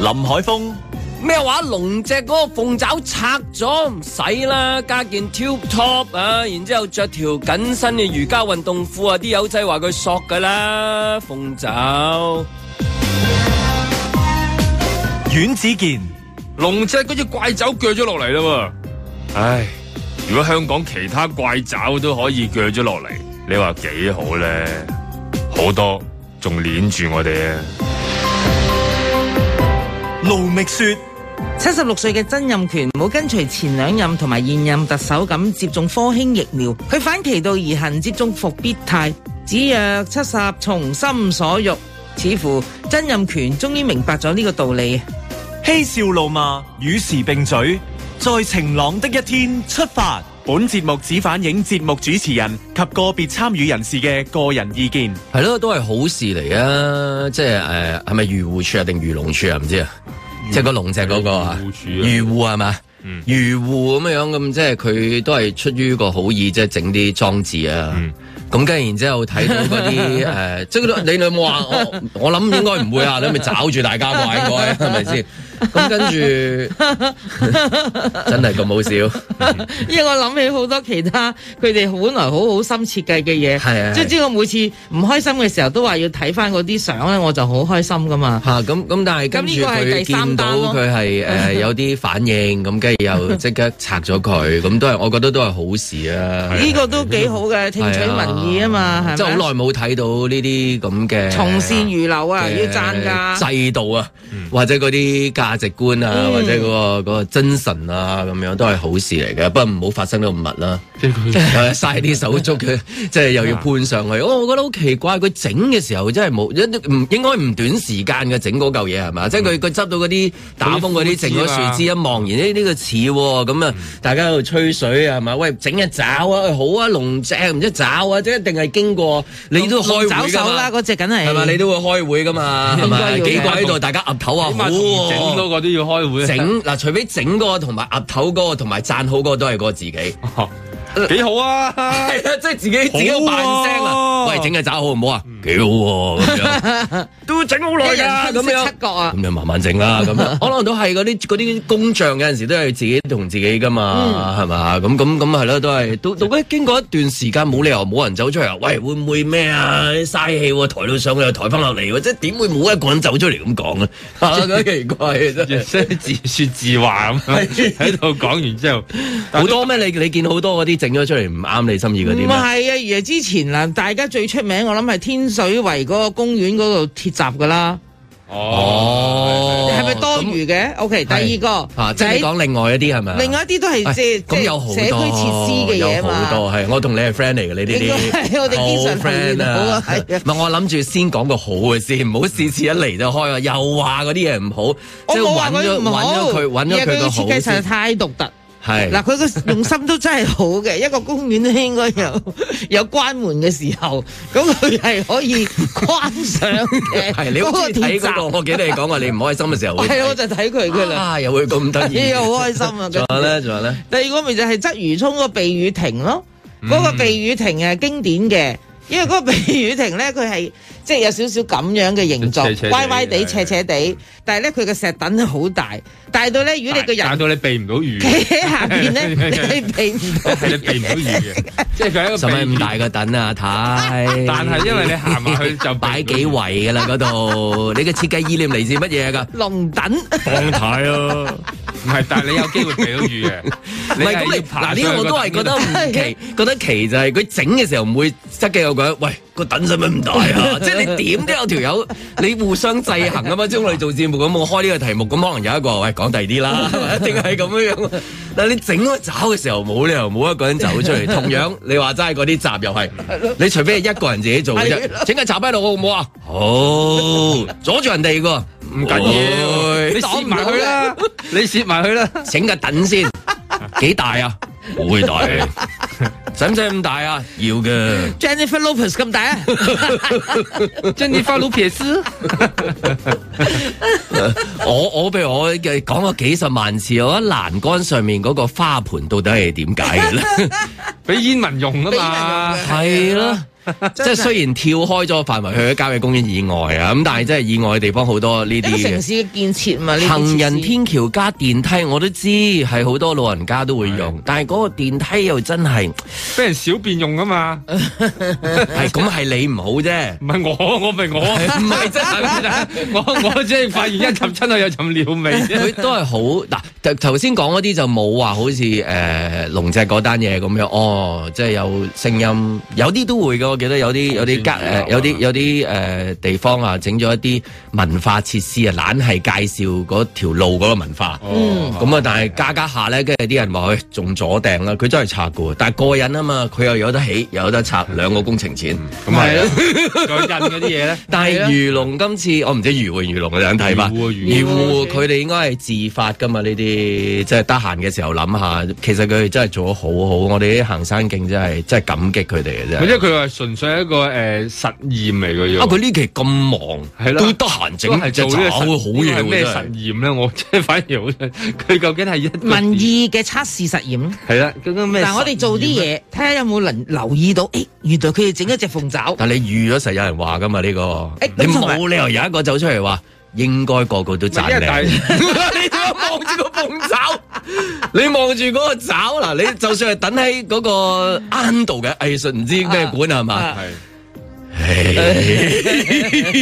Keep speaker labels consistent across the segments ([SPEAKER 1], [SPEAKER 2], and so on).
[SPEAKER 1] 林海峰、
[SPEAKER 2] 咩話？龍脊嗰個鳳爪拆咗，唔使啦，加件 tube top 啊，然之後着條緊身嘅瑜伽運動褲啊，啲友仔話佢索噶啦，鳳爪。
[SPEAKER 1] 阮子健、
[SPEAKER 3] 龍脊嗰只怪爪鋸咗落嚟啦喎！唉，如果香港其他怪爪都可以鋸咗落嚟，你話幾好咧？好多仲攆住我哋啊！
[SPEAKER 1] 盧覓雪、
[SPEAKER 4] 七十六歲嘅曾蔭權冇跟隨前兩任同埋現任特首咁接種科興疫苗，佢反其道而行接種復必泰，子曰七十從心所欲。似乎曾蔭權終於明白咗呢個道理。
[SPEAKER 1] 嬉笑怒
[SPEAKER 5] 啊
[SPEAKER 1] 罵，與時並舉，在晴朗的一天出發。
[SPEAKER 5] 本節目只反映節目主持人及個別參與人士嘅個人意見。
[SPEAKER 2] 係咯，都係好事嚟啊！即係誒，係咪漁護處啊定漁農處啊？唔知啊，即係個龍脊嗰個啊，嗯漁護係嘛？漁護咁樣咁，即係佢都係出於個好意，即係整啲裝置啊。咁跟住然之後睇到嗰 啲誒，即係你有冇話我？我諗應該唔會啊！你咪找住大家話應該係咪先？咁跟 住真係咁好笑。
[SPEAKER 4] 因為我諗起好多其他佢哋本來好好心設計嘅嘢，
[SPEAKER 2] 係啊
[SPEAKER 4] 即係知我每次唔開心嘅時候都話要睇翻嗰啲相咧，我就好開心噶嘛。
[SPEAKER 2] 嚇咁咁，但係跟住
[SPEAKER 4] 咁呢個係
[SPEAKER 2] 佢
[SPEAKER 4] 第三
[SPEAKER 2] 見到
[SPEAKER 4] 單咯
[SPEAKER 2] 佢 係誒有啲反應，咁跟住又即刻拆咗佢，咁都係我覺得都係好事啊！
[SPEAKER 4] 呢個都幾好嘅，聽取民意啊嘛，
[SPEAKER 2] 嗯即係
[SPEAKER 4] 係咪？
[SPEAKER 2] 好耐冇睇到呢啲咁嘅
[SPEAKER 4] 從善如流啊，
[SPEAKER 2] 嘅
[SPEAKER 4] 要嗯讚㗎。
[SPEAKER 2] 制度啊，或者嗰啲價值觀啊，
[SPEAKER 4] 嗯
[SPEAKER 2] 或者嗰個嗰個精神啊，咁樣都係好事嚟嘅。不過唔好發生到咁密啦，
[SPEAKER 4] 嗯
[SPEAKER 2] 係嘥啲手足嘅，即係又要判上去。哦，我覺得好奇怪，佢整嘅時候真係冇，一唔應該唔短時間嘅整嗰嚿嘢係
[SPEAKER 4] 嗯
[SPEAKER 2] 嘛？即係佢佢執到嗰啲打風嗰
[SPEAKER 3] 嗰
[SPEAKER 2] 啲
[SPEAKER 3] 啲
[SPEAKER 2] 剩咗樹枝一望，然呢呢個似喎，咁
[SPEAKER 4] 嗯
[SPEAKER 2] 啊，大家喺度吹水係嘛？喂，整一爪啊，喂好啊，龍脊唔知爪啊，即係一定係經過你都開會
[SPEAKER 4] 找
[SPEAKER 2] 㗎
[SPEAKER 4] 手
[SPEAKER 2] 嘛
[SPEAKER 4] 啦，嗰只梗係
[SPEAKER 2] 係咪？你都會開會噶 嘛？係
[SPEAKER 4] 應該
[SPEAKER 2] 咪？
[SPEAKER 4] 要
[SPEAKER 2] 幾個喺度，大家岌頭啊，
[SPEAKER 3] 起
[SPEAKER 2] 好
[SPEAKER 3] 碼同整嗰
[SPEAKER 2] 喎。
[SPEAKER 3] 個都要開
[SPEAKER 4] 啊
[SPEAKER 3] 會，
[SPEAKER 2] 整嗱，除非整嗰個同埋岌頭嗰個同埋讚好嗰個都係嗰個自己，
[SPEAKER 4] 哦
[SPEAKER 3] 幾好啊！
[SPEAKER 2] 係呃啊，即係自己自己
[SPEAKER 3] 好喎嗯
[SPEAKER 2] 扮聲啊！喂，整嘅爪好唔好啊？幾好喎咁樣， 都整好耐㗎
[SPEAKER 4] 一人
[SPEAKER 2] 咁
[SPEAKER 4] 分析
[SPEAKER 2] 樣
[SPEAKER 4] 七。角啊
[SPEAKER 2] 咁，就慢慢整啦，咁樣可能都係嗰啲嗰啲工匠有陣時都係自己同自己噶
[SPEAKER 3] 嗯
[SPEAKER 2] 嘛，係嘛？咁咁咁係咯，都係到到咧經過一段時間，冇理由冇人走出嚟
[SPEAKER 3] 嗯
[SPEAKER 2] 話，喂會唔會咩啊？嘥氣喎，抬到上去又抬翻落嚟喎，即係點會冇一個人走出嚟咁 講啊？啊，咁奇怪啊真係。
[SPEAKER 3] 即係自說自話咁樣喺度講完之後，
[SPEAKER 2] 好多咩？你你見好多嗰啲整咗出嚟唔啱你心意嗰啲
[SPEAKER 4] 唔係
[SPEAKER 2] 咩？
[SPEAKER 4] 啊，而係之前嗱，大家最出名我諗係天水圍嗰個公園嗰度鐵閘噶啦，
[SPEAKER 2] 哦，
[SPEAKER 4] 係咪多餘嘅？OK，第二個
[SPEAKER 2] 啊，即係你講另外一啲係咪啊？
[SPEAKER 4] 另外一啲都係即係
[SPEAKER 2] 咁
[SPEAKER 4] 即
[SPEAKER 2] 有好
[SPEAKER 4] 係
[SPEAKER 2] 多
[SPEAKER 4] 社區設施嘅嘢啊
[SPEAKER 2] 有
[SPEAKER 4] 嘛。
[SPEAKER 2] 好多係，我同你係 friend 嚟嘅，你呢
[SPEAKER 4] 應該
[SPEAKER 2] 啲
[SPEAKER 4] 係我哋經常
[SPEAKER 2] 好 friend 啊
[SPEAKER 4] 留意到啊係啊
[SPEAKER 2] 唔係我諗住先講個好嘅先，唔好次次一嚟就開啊，又話嗰啲嘢唔好，
[SPEAKER 4] 我
[SPEAKER 2] 即係
[SPEAKER 4] 冇話
[SPEAKER 2] 揾
[SPEAKER 4] 佢
[SPEAKER 2] 咗
[SPEAKER 4] 唔
[SPEAKER 2] 揾
[SPEAKER 4] 好，
[SPEAKER 2] 咗佢揾咗
[SPEAKER 4] 而係
[SPEAKER 2] 佢個好
[SPEAKER 4] 嘅設計實在
[SPEAKER 2] 先。
[SPEAKER 4] 太獨特。嗱，
[SPEAKER 2] 係
[SPEAKER 4] 佢個用心都真係好嘅，一個公園都應該有有關門嘅時候，咁佢係可以關上嘅。
[SPEAKER 2] 係，你好中意睇嗰個，
[SPEAKER 4] 嗰個
[SPEAKER 2] 我記得你講話 你唔開心嘅時候
[SPEAKER 4] 鐵
[SPEAKER 2] 會
[SPEAKER 4] 閘，係我
[SPEAKER 2] 睇，
[SPEAKER 4] 就睇佢噶啦，
[SPEAKER 2] 啊又會咁得
[SPEAKER 4] 哎
[SPEAKER 2] 意
[SPEAKER 4] 呀，。好開心啊！
[SPEAKER 2] 仲有
[SPEAKER 4] 跟住
[SPEAKER 2] 咧，仲有咧，
[SPEAKER 4] 第二個咪就係鰂魚涌嗰個避雨亭咯，
[SPEAKER 2] 嗯
[SPEAKER 4] 嗰、個避雨亭係經典嘅，因為嗰個避雨亭咧佢係 即係有少少咁樣嘅形
[SPEAKER 3] 斜斜地
[SPEAKER 4] 狀，歪歪地、
[SPEAKER 3] 係
[SPEAKER 4] 斜斜地，但係咧佢嘅石凳係好大，大到咧如果你個
[SPEAKER 3] 但
[SPEAKER 4] 人
[SPEAKER 3] 到你避唔到雨，
[SPEAKER 4] 企喺下 邊咧，你避唔到。
[SPEAKER 3] 係你避唔到雨嘅， 即係佢係一個
[SPEAKER 2] 使
[SPEAKER 3] 避
[SPEAKER 2] 咪
[SPEAKER 3] 雨
[SPEAKER 2] 咁大個凳啊，太。
[SPEAKER 3] 但係因為你行埋去就
[SPEAKER 2] 擺幾圍㗎啦嗰度，你嘅設計意念嚟自乜嘢啊㗎？
[SPEAKER 4] 龍躉
[SPEAKER 3] 放太咯，唔係，但係你有機會避到雨嘅。
[SPEAKER 2] 唔係咁你嗱呢個我都係覺得唔奇，覺得奇就係佢整嘅時候唔會側嘅有個人，喂個等使咪唔大 啊？即係你點都有條友，你互相制衡啊嘛。即係我哋做節目咁，我開呢個題目咁，可能有一個話喂講第二 啲啦，一定係咁樣樣。但係你整個爪嘅時候，冇理由冇一個人走出嚟。同樣你話齋嗰啲閘又係，你除非係一個人自己做嘅
[SPEAKER 4] 係
[SPEAKER 2] 啫，整個閘喺度好唔好啊？好，阻住人哋㗎，唔
[SPEAKER 3] 唔緊
[SPEAKER 2] 哦
[SPEAKER 3] 要，你攝埋佢啦，你攝埋佢啦。
[SPEAKER 2] 整個等先，幾大啊？好大，使唔使咁大啊？要嘅，
[SPEAKER 4] Jennifer Lopez 咁大 啊！
[SPEAKER 6] Jennifer Lopez，
[SPEAKER 2] 我我譬如我嘅講過幾十萬次，我喺欄杆上面嗰個花盆到底係點解嘅咧？
[SPEAKER 6] 俾煙民用啊
[SPEAKER 4] 俾煙民
[SPEAKER 6] 嘛
[SPEAKER 4] 用嘅。
[SPEAKER 2] 係啦。即係雖然跳開咗範圍去咗郊野公園以外啊，咁但係真係以外嘅地方好多呢
[SPEAKER 4] 一
[SPEAKER 2] 啲
[SPEAKER 4] 個城
[SPEAKER 2] 嘅。
[SPEAKER 4] 市嘅建設嘛，呢啲
[SPEAKER 2] 行人
[SPEAKER 4] 設施
[SPEAKER 2] 天橋加電梯我都知係好多老人家都會用，但係嗰個電梯又真係
[SPEAKER 6] 俾人小便用啊嘛，
[SPEAKER 2] 係咁係你唔好啫。
[SPEAKER 6] 唔係我，我 咪我，唔係真係，我我即係發現一撳親我有陣尿味啫。
[SPEAKER 2] 佢都係好嗱，頭頭先講嗰啲就冇話好似誒龍脊嗰單嘢咁樣，哦，即係有聲音，有啲都會嘅，我記得有啲有啲
[SPEAKER 3] 先
[SPEAKER 2] 隔
[SPEAKER 3] 有啊
[SPEAKER 2] 誒有啲有啲誒、呃地方啊，整咗一啲文化設施啊，懶係介紹嗰條路嗰個文化。
[SPEAKER 4] 嗯
[SPEAKER 2] 咁啊，但係加加下咧，跟住啲人話：，喂，仲左訂啦，佢真係拆嘅喎，但係過癮啊嘛，佢又有得起，又有得拆，兩個工程錢。
[SPEAKER 3] 咁係 啊
[SPEAKER 6] 佢印嗰啲嘢咧，
[SPEAKER 2] 但係漁農今次我唔知漁護漁農嘅人睇法，
[SPEAKER 6] 漁護啊
[SPEAKER 2] 漁
[SPEAKER 6] 漁
[SPEAKER 2] 護佢哋應該係自發噶嘛？呢啲即係得閒嘅時候諗下，其實佢哋真係做得好好，我哋啲行山徑真係真係感激佢哋嘅
[SPEAKER 6] 因
[SPEAKER 2] 啫。
[SPEAKER 6] 為佢話純粹係一個誒實驗嚟嘅要
[SPEAKER 2] 啊！。佢呢期咁忙，
[SPEAKER 6] 係啦
[SPEAKER 2] 都得閒
[SPEAKER 6] 整
[SPEAKER 2] 整隻炒好嘢
[SPEAKER 6] 係
[SPEAKER 2] 喎，
[SPEAKER 6] 咩
[SPEAKER 2] 真
[SPEAKER 6] 實
[SPEAKER 2] 係。
[SPEAKER 6] 驗咧？我即係反而好想，佢究竟係一個
[SPEAKER 4] 民意嘅測試實驗咯。
[SPEAKER 6] 係啦，究竟咩實驗咧？
[SPEAKER 4] 但我哋做啲嘢，睇下有冇能留意到，誒，原來佢哋整一隻鳳爪。
[SPEAKER 2] 但你預咗實有人話噶嘛？呢個
[SPEAKER 4] 誒
[SPEAKER 2] 你
[SPEAKER 4] 咁同埋
[SPEAKER 2] 冇理由有一個走出嚟話。應該個個都
[SPEAKER 6] 唔係，
[SPEAKER 2] 讚
[SPEAKER 6] 因為
[SPEAKER 2] 你
[SPEAKER 6] 但。係
[SPEAKER 2] 你點解望住個鳳爪？你望住嗰個爪嗱，你 就算係等喺嗰個啱度嘅藝術唔知咩館係嘛？
[SPEAKER 6] 係
[SPEAKER 2] 唉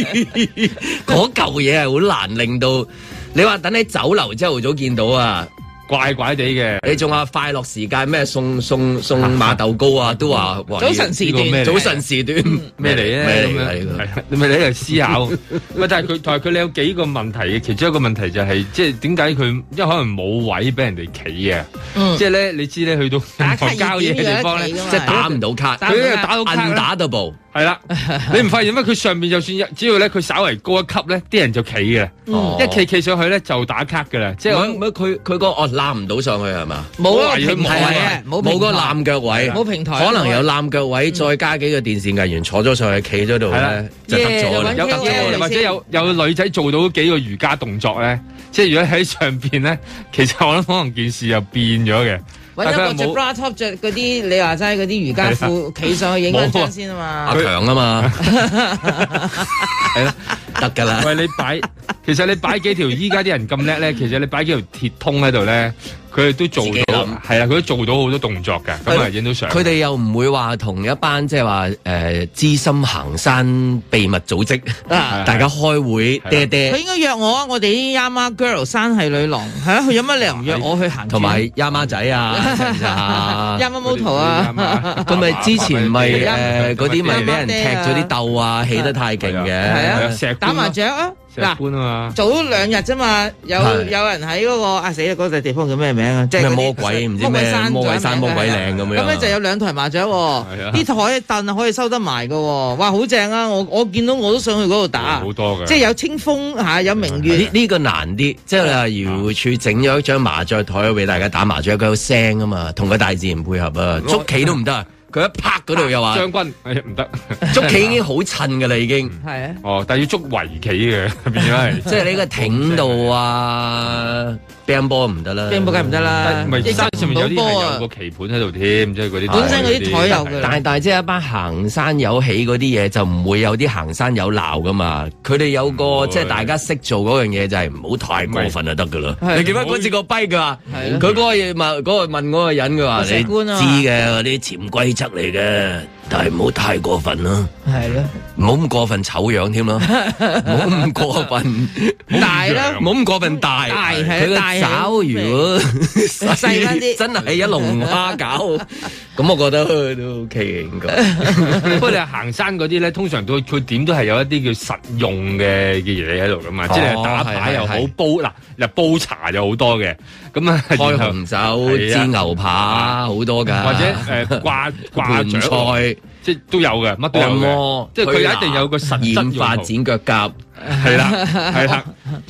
[SPEAKER 2] 嗰嚿嘢係好難令到你話等喺酒樓朝頭早見到啊！
[SPEAKER 6] 怪怪地嘅。
[SPEAKER 2] 你仲話快樂時間咩送送送馬豆糕啊？ 都話哇
[SPEAKER 4] 早晨時段
[SPEAKER 6] 呢個咩嚟
[SPEAKER 2] 早晨時段
[SPEAKER 6] 咩嚟咧？
[SPEAKER 2] 咩
[SPEAKER 6] 咁
[SPEAKER 2] 嚟啊
[SPEAKER 6] 樣
[SPEAKER 2] 呢個
[SPEAKER 6] 係啊你咪你喺度思考。 喂，但係佢同埋佢你有幾個問題嘅，其中一個問題就係、即係點解佢，因為可能冇位俾人哋企啊。
[SPEAKER 4] 嗯
[SPEAKER 6] 即係咧，你知咧，去到
[SPEAKER 4] 打卡熱點
[SPEAKER 6] 郊野嘅地方咧，
[SPEAKER 4] 有得企㗎 嘛
[SPEAKER 2] 即係打唔到卡，
[SPEAKER 4] 打唔
[SPEAKER 6] 佢
[SPEAKER 4] 到
[SPEAKER 6] 又打到卡啦，
[SPEAKER 2] undartable。
[SPEAKER 6] 係啦。你唔發現咩？佢上面就算一只要咧，佢稍為高一級咧，啲人就企嘅啦。
[SPEAKER 2] 哦
[SPEAKER 6] 一企企上去咧就打卡嘅啦。即係
[SPEAKER 2] 唔
[SPEAKER 6] 我
[SPEAKER 2] 係唔係佢佢個哦攬唔到上去係嘛？
[SPEAKER 4] 冇
[SPEAKER 6] 好
[SPEAKER 4] 啊，
[SPEAKER 6] 懷疑佢
[SPEAKER 4] 平
[SPEAKER 6] 冇
[SPEAKER 4] 台啊
[SPEAKER 6] 啊，
[SPEAKER 2] 冇
[SPEAKER 4] 冇平
[SPEAKER 2] 個
[SPEAKER 4] 台
[SPEAKER 2] 攬腳位，
[SPEAKER 4] 冇平台
[SPEAKER 2] 可能有攬腳位，再加幾個電視藝員坐咗上去，企咗度
[SPEAKER 6] 係啦
[SPEAKER 2] 咧，就得咗啦
[SPEAKER 4] 耶
[SPEAKER 6] 有
[SPEAKER 4] 揾
[SPEAKER 6] 得
[SPEAKER 4] KOL
[SPEAKER 6] 做，
[SPEAKER 4] 嚟先
[SPEAKER 6] 或者有有女仔做到幾個瑜伽動作咧，即係如果喺上邊咧， 其實我諗可能件事又變咗嘅。
[SPEAKER 4] 揾一
[SPEAKER 6] 但
[SPEAKER 4] 個
[SPEAKER 6] 佢
[SPEAKER 4] 着
[SPEAKER 6] 又冇啊
[SPEAKER 4] bra top 着嗰啲，你話齋嗰啲瑜伽褲，企上去影張張先啊
[SPEAKER 2] 阿
[SPEAKER 4] 嘛。
[SPEAKER 2] 強 啊嘛，係啦，得㗎啦。
[SPEAKER 6] 喂，你擺其實你擺幾條依家啲人咁叻咧，其實你擺幾條鐵通喺度咧，佢哋都做
[SPEAKER 2] 自己
[SPEAKER 6] 到，
[SPEAKER 2] 諗
[SPEAKER 6] 係啊，佢都做到好多動作嘅，咁啊影到相。
[SPEAKER 2] 佢哋又唔會話同一班即係話誒資深行山秘密組織，
[SPEAKER 4] 啊
[SPEAKER 2] 大家開會
[SPEAKER 6] 係啦
[SPEAKER 2] 爹
[SPEAKER 4] 佢
[SPEAKER 2] 爹，
[SPEAKER 4] 應該約我啊！我哋啲 Yama Girl 山系女郎，係啊，佢有乜理由唔約我去行？
[SPEAKER 2] 同埋丫 媽仔啊，知唔知啊
[SPEAKER 4] Yamamoto 啊，
[SPEAKER 2] 佢咪之前咪
[SPEAKER 4] 佢哋
[SPEAKER 2] 誒嗰啲咪俾人踢咗啲竇啊，起得太勁
[SPEAKER 4] 係
[SPEAKER 2] 嘅
[SPEAKER 4] 啊。
[SPEAKER 6] 石
[SPEAKER 4] 打麻
[SPEAKER 6] 搬
[SPEAKER 4] 雀啊！
[SPEAKER 6] 石
[SPEAKER 4] 嗱
[SPEAKER 6] 搬啊。嘛，
[SPEAKER 4] 早兩日啫嘛，有
[SPEAKER 2] 係
[SPEAKER 4] 有人喺嗰個啊死啦！嗰笪地方叫咩名啊？即係
[SPEAKER 2] 咩
[SPEAKER 4] 嗰啲
[SPEAKER 2] 魔鬼唔知
[SPEAKER 4] 魔鬼
[SPEAKER 2] 咩
[SPEAKER 4] 山
[SPEAKER 2] 魔鬼山
[SPEAKER 4] 仲
[SPEAKER 2] 魔
[SPEAKER 4] 有
[SPEAKER 2] 鬼
[SPEAKER 4] 名啊
[SPEAKER 2] 嶺咁樣
[SPEAKER 4] 咁咧就有兩台麻雀喎
[SPEAKER 6] 係啊，
[SPEAKER 4] 啲台凳可以收得埋嘅喎，哇好正啊！我我見到我都想去嗰度打
[SPEAKER 6] 好，多嘅。
[SPEAKER 4] 即係有清風嚇，有明
[SPEAKER 2] 呢
[SPEAKER 4] 月，
[SPEAKER 2] 呢個難啲，即係話漁護署整咗一張麻雀台俾大家打麻雀，佢有聲啊嘛，同個大自然配合啊，捉棋都唔得啊，佢一拍嗰度又話，
[SPEAKER 6] 將軍哎呀唔得，
[SPEAKER 2] 捉棋已經好襯噶啦，已經，
[SPEAKER 4] 係啊，
[SPEAKER 6] 哦，但係要捉圍棋嘅 變咗係。
[SPEAKER 2] 即係你個艇度啊，乒乓波呃唔得啦，
[SPEAKER 4] 乒乓梗係唔得啦，
[SPEAKER 6] 唔係
[SPEAKER 4] 亦
[SPEAKER 6] 山
[SPEAKER 4] 執
[SPEAKER 6] 上
[SPEAKER 4] 唔
[SPEAKER 6] 面有啲
[SPEAKER 4] 到波
[SPEAKER 6] 係
[SPEAKER 4] 啊
[SPEAKER 6] 有個棋盤喺度添，即係嗰啲
[SPEAKER 4] 本身嗰啲台有嘅
[SPEAKER 2] 但係但係即係一班行山友起嗰啲嘢就唔會有啲行山友鬧噶嘛，佢哋有
[SPEAKER 6] 唔
[SPEAKER 2] 個
[SPEAKER 6] 會
[SPEAKER 2] 即係大家識做嗰樣嘢就係唔好太過分就得噶啦。
[SPEAKER 4] 係
[SPEAKER 2] 你記唔記得嗰次個跛佢話，
[SPEAKER 4] 係啊
[SPEAKER 2] 佢嗰個嘢問嗰個問嗰個人佢話
[SPEAKER 4] 個石棺啊嘛
[SPEAKER 2] 你知嘅嗰啲潛規則嚟嘅，但係唔好太過分啦，
[SPEAKER 4] 係 咯，
[SPEAKER 2] 唔好咁過分醜樣添啦， 唔好咁過分，
[SPEAKER 4] 大啦
[SPEAKER 2] 唔。好咁過分大。
[SPEAKER 4] 大係啊
[SPEAKER 2] 佢個
[SPEAKER 4] 大係
[SPEAKER 2] 爪如果
[SPEAKER 4] 細翻啲
[SPEAKER 2] 真係一龍 蝦餃，咁我覺得都 OK 嘅應該。
[SPEAKER 6] 不過你行山嗰啲咧，通常都佢點都係有一啲叫實用嘅嘅嘢喺度噶嘛，即哦係打牌又好
[SPEAKER 2] 係係，
[SPEAKER 6] 煲嗱嗱煲茶又好多嘅，咁啊
[SPEAKER 2] 開
[SPEAKER 6] 然後
[SPEAKER 2] 紅酒、煎牛扒好多㗎，
[SPEAKER 6] 或者誒呃 掛掛
[SPEAKER 2] 盤
[SPEAKER 6] 獎，
[SPEAKER 2] 菜、
[SPEAKER 6] 即係都有嘅，乜都有
[SPEAKER 2] 按
[SPEAKER 6] 嘅，
[SPEAKER 2] 摩，
[SPEAKER 6] 即係佢一定有 個實質用
[SPEAKER 2] 現
[SPEAKER 6] 途
[SPEAKER 2] 發展腳甲，
[SPEAKER 6] 係 啦係啦，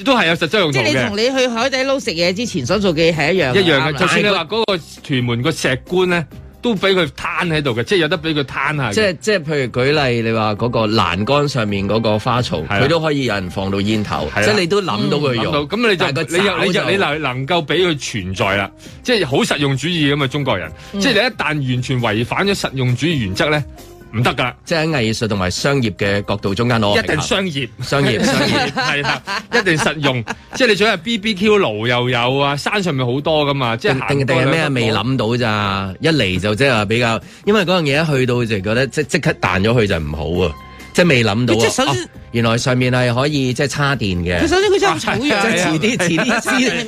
[SPEAKER 6] 都係有實質用途
[SPEAKER 4] 即係你
[SPEAKER 6] 嘅
[SPEAKER 4] 同。你去海底撈食嘢之前所做嘅嘢係一樣
[SPEAKER 6] 一樣嘅，
[SPEAKER 4] 啱啦
[SPEAKER 6] 就算你話嗰個屯門個石棺咧，都俾佢攤喺度嘅，即係有得俾佢攤下嘅。
[SPEAKER 2] 即係即係，譬如舉例，你話嗰個欄杆上面嗰個花槽，
[SPEAKER 6] 係啦
[SPEAKER 2] 佢都可以有人放到煙頭，
[SPEAKER 6] 係啦啊嗯
[SPEAKER 2] 即係你都諗到佢
[SPEAKER 6] 諗
[SPEAKER 2] 用
[SPEAKER 6] 到。咁你
[SPEAKER 2] 但係個
[SPEAKER 6] 就你又你
[SPEAKER 2] 爪
[SPEAKER 6] 就你
[SPEAKER 2] 就
[SPEAKER 6] 能能夠俾佢存在啦，即係好實用主義咁嘅中國人，
[SPEAKER 2] 嗯
[SPEAKER 6] 即係你一旦完全違反咗實用主義原則咧，唔得噶啦，
[SPEAKER 2] 即係喺藝術同埋商業嘅角度中間攞個
[SPEAKER 6] 一
[SPEAKER 2] 平
[SPEAKER 6] 定
[SPEAKER 2] 衡
[SPEAKER 6] 商業。
[SPEAKER 2] 商業商業。
[SPEAKER 6] 係啦， 一定實 用，即係你想係 BBQ 爐又有啊，山上面好多噶嘛，即係
[SPEAKER 2] 定
[SPEAKER 6] 行
[SPEAKER 2] 定
[SPEAKER 6] 過
[SPEAKER 2] 係
[SPEAKER 6] 兩
[SPEAKER 2] 咩啊？
[SPEAKER 6] 個
[SPEAKER 2] 未
[SPEAKER 6] 步
[SPEAKER 2] 諗到咋，一嚟就即係話比較，因為嗰樣嘢一去到就覺得即即刻彈咗佢就唔好啊，即係未諗到
[SPEAKER 4] 佢即係首
[SPEAKER 2] 啊
[SPEAKER 4] 先
[SPEAKER 2] 哦原來上面係可以即係叉電嘅
[SPEAKER 4] 佢。首先佢真係好 醜
[SPEAKER 2] 即係
[SPEAKER 6] 係啊
[SPEAKER 4] 樣
[SPEAKER 2] 遲啲遲 啲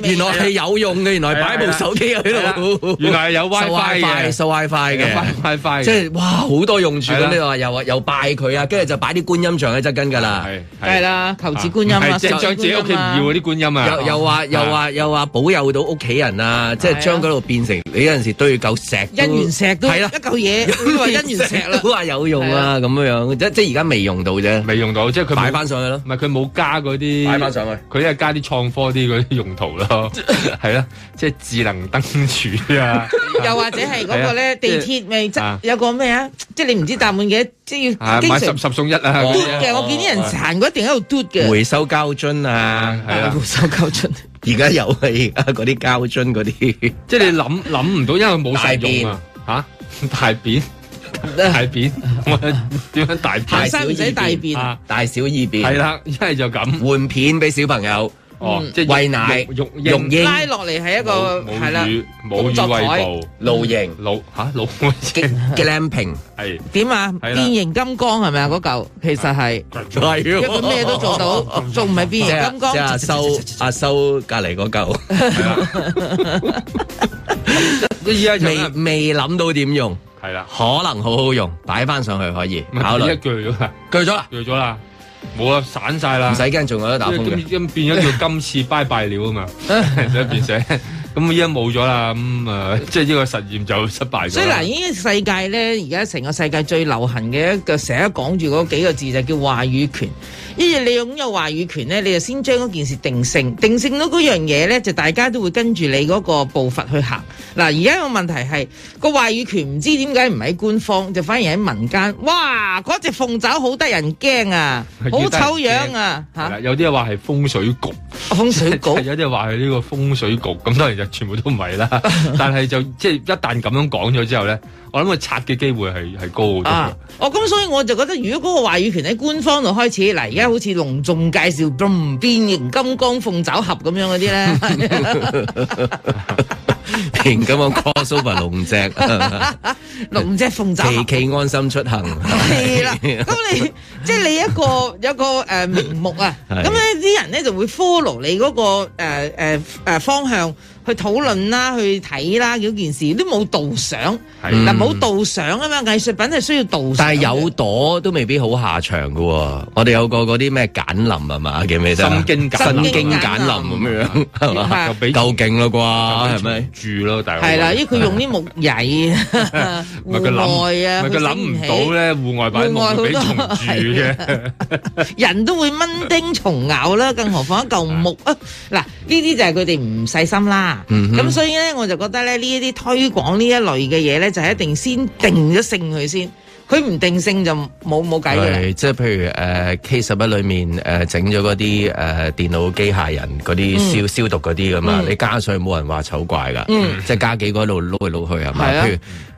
[SPEAKER 2] 知，原來係有用嘅，原來擺部手機喺度，
[SPEAKER 6] 原來係有 WiFi 嘅
[SPEAKER 2] 收 WiFi
[SPEAKER 6] 係啊
[SPEAKER 2] 嘅。
[SPEAKER 6] 快快嘅
[SPEAKER 2] 即係哇，好多用處
[SPEAKER 6] 係啦
[SPEAKER 2] 咁，你話又話又拜佢啊，跟住就擺啲觀音像喺側跟㗎啦，
[SPEAKER 6] 係
[SPEAKER 4] 梗係啦，求子觀音啊，
[SPEAKER 6] 係即係將自己屋企唔要嗰啲觀音啊，
[SPEAKER 2] 又又話又話又話保佑到屋企人啊，即
[SPEAKER 4] 係啊
[SPEAKER 2] 係將嗰度變成你有陣時堆嚿石都，
[SPEAKER 4] 姻緣石都一
[SPEAKER 2] 係啦
[SPEAKER 4] 嚿 嘢，佢話姻緣石啦
[SPEAKER 2] 都。話有用啊，咁樣樣即即而家未用到啫，
[SPEAKER 6] 未用到，即係佢冇
[SPEAKER 2] 擺翻上去咯，
[SPEAKER 6] 唔係佢冇加嗰啲，
[SPEAKER 2] 擺返上去，
[SPEAKER 6] 佢係加啲創科啲嗰啲用柱 咯，係啦，即係智能燈柱啊，
[SPEAKER 4] 又或者係嗰個咧，地
[SPEAKER 6] 係啊
[SPEAKER 4] 鐵咪即
[SPEAKER 6] 啊
[SPEAKER 4] 有個咩啊？即係你唔知搭滿嘅，即係
[SPEAKER 6] 啊
[SPEAKER 4] 要經
[SPEAKER 6] 買
[SPEAKER 4] 常
[SPEAKER 6] 十十送一啊，
[SPEAKER 4] 嘟
[SPEAKER 6] 嗰啲啊
[SPEAKER 4] 嘅。我見啲人行過一定喺度嘟嘅，
[SPEAKER 2] 回收膠樽啊，
[SPEAKER 6] 係啦
[SPEAKER 2] 回收膠樽，而家有啊，而家嗰啲膠樽嗰啲。
[SPEAKER 6] 即係你諗諗唔到，因為冇實用啊，吓 大便大便， 我點樣大
[SPEAKER 4] 行
[SPEAKER 6] 便
[SPEAKER 4] 山唔使大便，
[SPEAKER 6] 啊？
[SPEAKER 2] 大小二便，
[SPEAKER 6] 係啦，一係就咁，
[SPEAKER 2] 換片俾小朋友，
[SPEAKER 6] 哦，即係
[SPEAKER 2] 喂奶、
[SPEAKER 6] 育
[SPEAKER 2] 育
[SPEAKER 6] 育嬰
[SPEAKER 4] 拉落嚟係一個
[SPEAKER 6] 母
[SPEAKER 4] 係啦。
[SPEAKER 6] 乳母
[SPEAKER 4] 工作
[SPEAKER 6] 乳
[SPEAKER 4] 台
[SPEAKER 6] 喂哺。
[SPEAKER 2] 露營、
[SPEAKER 6] 老吓老
[SPEAKER 2] 激 glamping，
[SPEAKER 6] 係
[SPEAKER 4] 點啊？
[SPEAKER 6] 係
[SPEAKER 4] 變
[SPEAKER 6] 啦
[SPEAKER 4] 形金剛係咪啊？嗰嚿其實係
[SPEAKER 2] 係
[SPEAKER 4] 因為佢咩都 做到，仲唔係變
[SPEAKER 2] 即
[SPEAKER 4] 形金
[SPEAKER 2] 係
[SPEAKER 4] 剛
[SPEAKER 2] 即係？阿修阿修隔離嗰嚿，
[SPEAKER 6] 係啦， 依家就
[SPEAKER 2] 未
[SPEAKER 6] 係
[SPEAKER 2] 未諗到點用，
[SPEAKER 6] 啦，
[SPEAKER 2] 可能好好用，擺翻上去可以考
[SPEAKER 6] 一
[SPEAKER 2] 慮。
[SPEAKER 6] 句咗啦，
[SPEAKER 2] 鋸咗啦，
[SPEAKER 6] 鋸咗啦，冇啦，散晒啦，
[SPEAKER 2] 唔使驚，仲有得打風
[SPEAKER 6] 咁
[SPEAKER 2] 嘅。
[SPEAKER 6] 咁變咗叫今次拜拜了啊 嘛，就變成咁依家冇咗啦，咁 啊，即係呢個實驗就失敗咗啦。
[SPEAKER 4] 所以嗱，呢個世界咧，而家成個世界最流行嘅一個成日講住嗰幾個字就叫話語權。因為你擁有話語權咧，你就先將嗰件事定性，定性到嗰樣嘢咧，就大家都會跟住你嗰個步伐去行。嗱，而家個問題係個話語權唔知點解唔喺官方，就反而喺民間。哇！嗰隻鳳爪好得人驚啊， 好醜樣啊，
[SPEAKER 6] 係啦
[SPEAKER 4] 嚇！
[SPEAKER 6] 有啲話係風水局，
[SPEAKER 4] 風水
[SPEAKER 6] 係
[SPEAKER 4] 局
[SPEAKER 6] 有啲話係呢個風水局，咁當然就全部都唔係 啦。但係就即係一旦咁樣講咗之後咧，我諗佢拆嘅機會係係高好多。
[SPEAKER 4] 啊！哦，咁所以我就覺得，如果嗰個話語權喺官方度開始，嗱，而家好似隆重介紹嗯變形金剛鳳爪盒咁樣嗰啲咧，
[SPEAKER 2] 平咁樣 crossover 龍 脊，
[SPEAKER 4] 龍隻鳳爪盒
[SPEAKER 2] 期期安心出行。
[SPEAKER 4] 係啦，咁你即係你一個有一個誒名目 啊，咁
[SPEAKER 2] 係
[SPEAKER 4] 咧啲人咧就會 follow 你嗰、個誒誒誒方向去討論啦，去睇啦，嗰件事都冇導賞，
[SPEAKER 6] 係
[SPEAKER 4] 嗱冇導賞啊嘛，藝術品係需要導賞嘅，
[SPEAKER 2] 但係有朵都未必好下場嘅喎，我哋有個嗰啲咩簡林係嘛，記唔記得啊？
[SPEAKER 6] 心經簡
[SPEAKER 4] 林
[SPEAKER 2] 心經簡林咁樣係嘛，
[SPEAKER 4] 啊
[SPEAKER 6] 又俾
[SPEAKER 2] 夠勁啦啩，
[SPEAKER 6] 係
[SPEAKER 2] 係咪？
[SPEAKER 6] 住咯？大佬
[SPEAKER 4] 係啦，因為佢用啲木 曳
[SPEAKER 6] 唔係佢
[SPEAKER 4] 戶嗯外啊，
[SPEAKER 6] 諗，唔係佢諗唔到咧，
[SPEAKER 4] 咧，
[SPEAKER 6] 戶外擺
[SPEAKER 4] 戶外好
[SPEAKER 6] 木
[SPEAKER 4] 多
[SPEAKER 6] 俾蟲住嘅，
[SPEAKER 4] 人都會蚊叮蟲咬啦，更何況一嚿木啊！嗱，呢啲就係佢哋唔細心啦。咁、所以咧，我就覺得咧，呢一啲推廣呢一類嘅嘢咧，就係一定先定咗性佢先，佢唔定性就冇冇計㗎啊啦。
[SPEAKER 2] 係即係譬如誒 K 十一裏面誒整咗嗰啲誒電腦機械人嗰
[SPEAKER 4] 嗯
[SPEAKER 2] 啲消消毒嗰啲咁啊，你加上去冇人話醜怪噶，即係加幾個喺度撈嚟撈去係嘛？
[SPEAKER 4] 嗯係啊
[SPEAKER 2] 譬如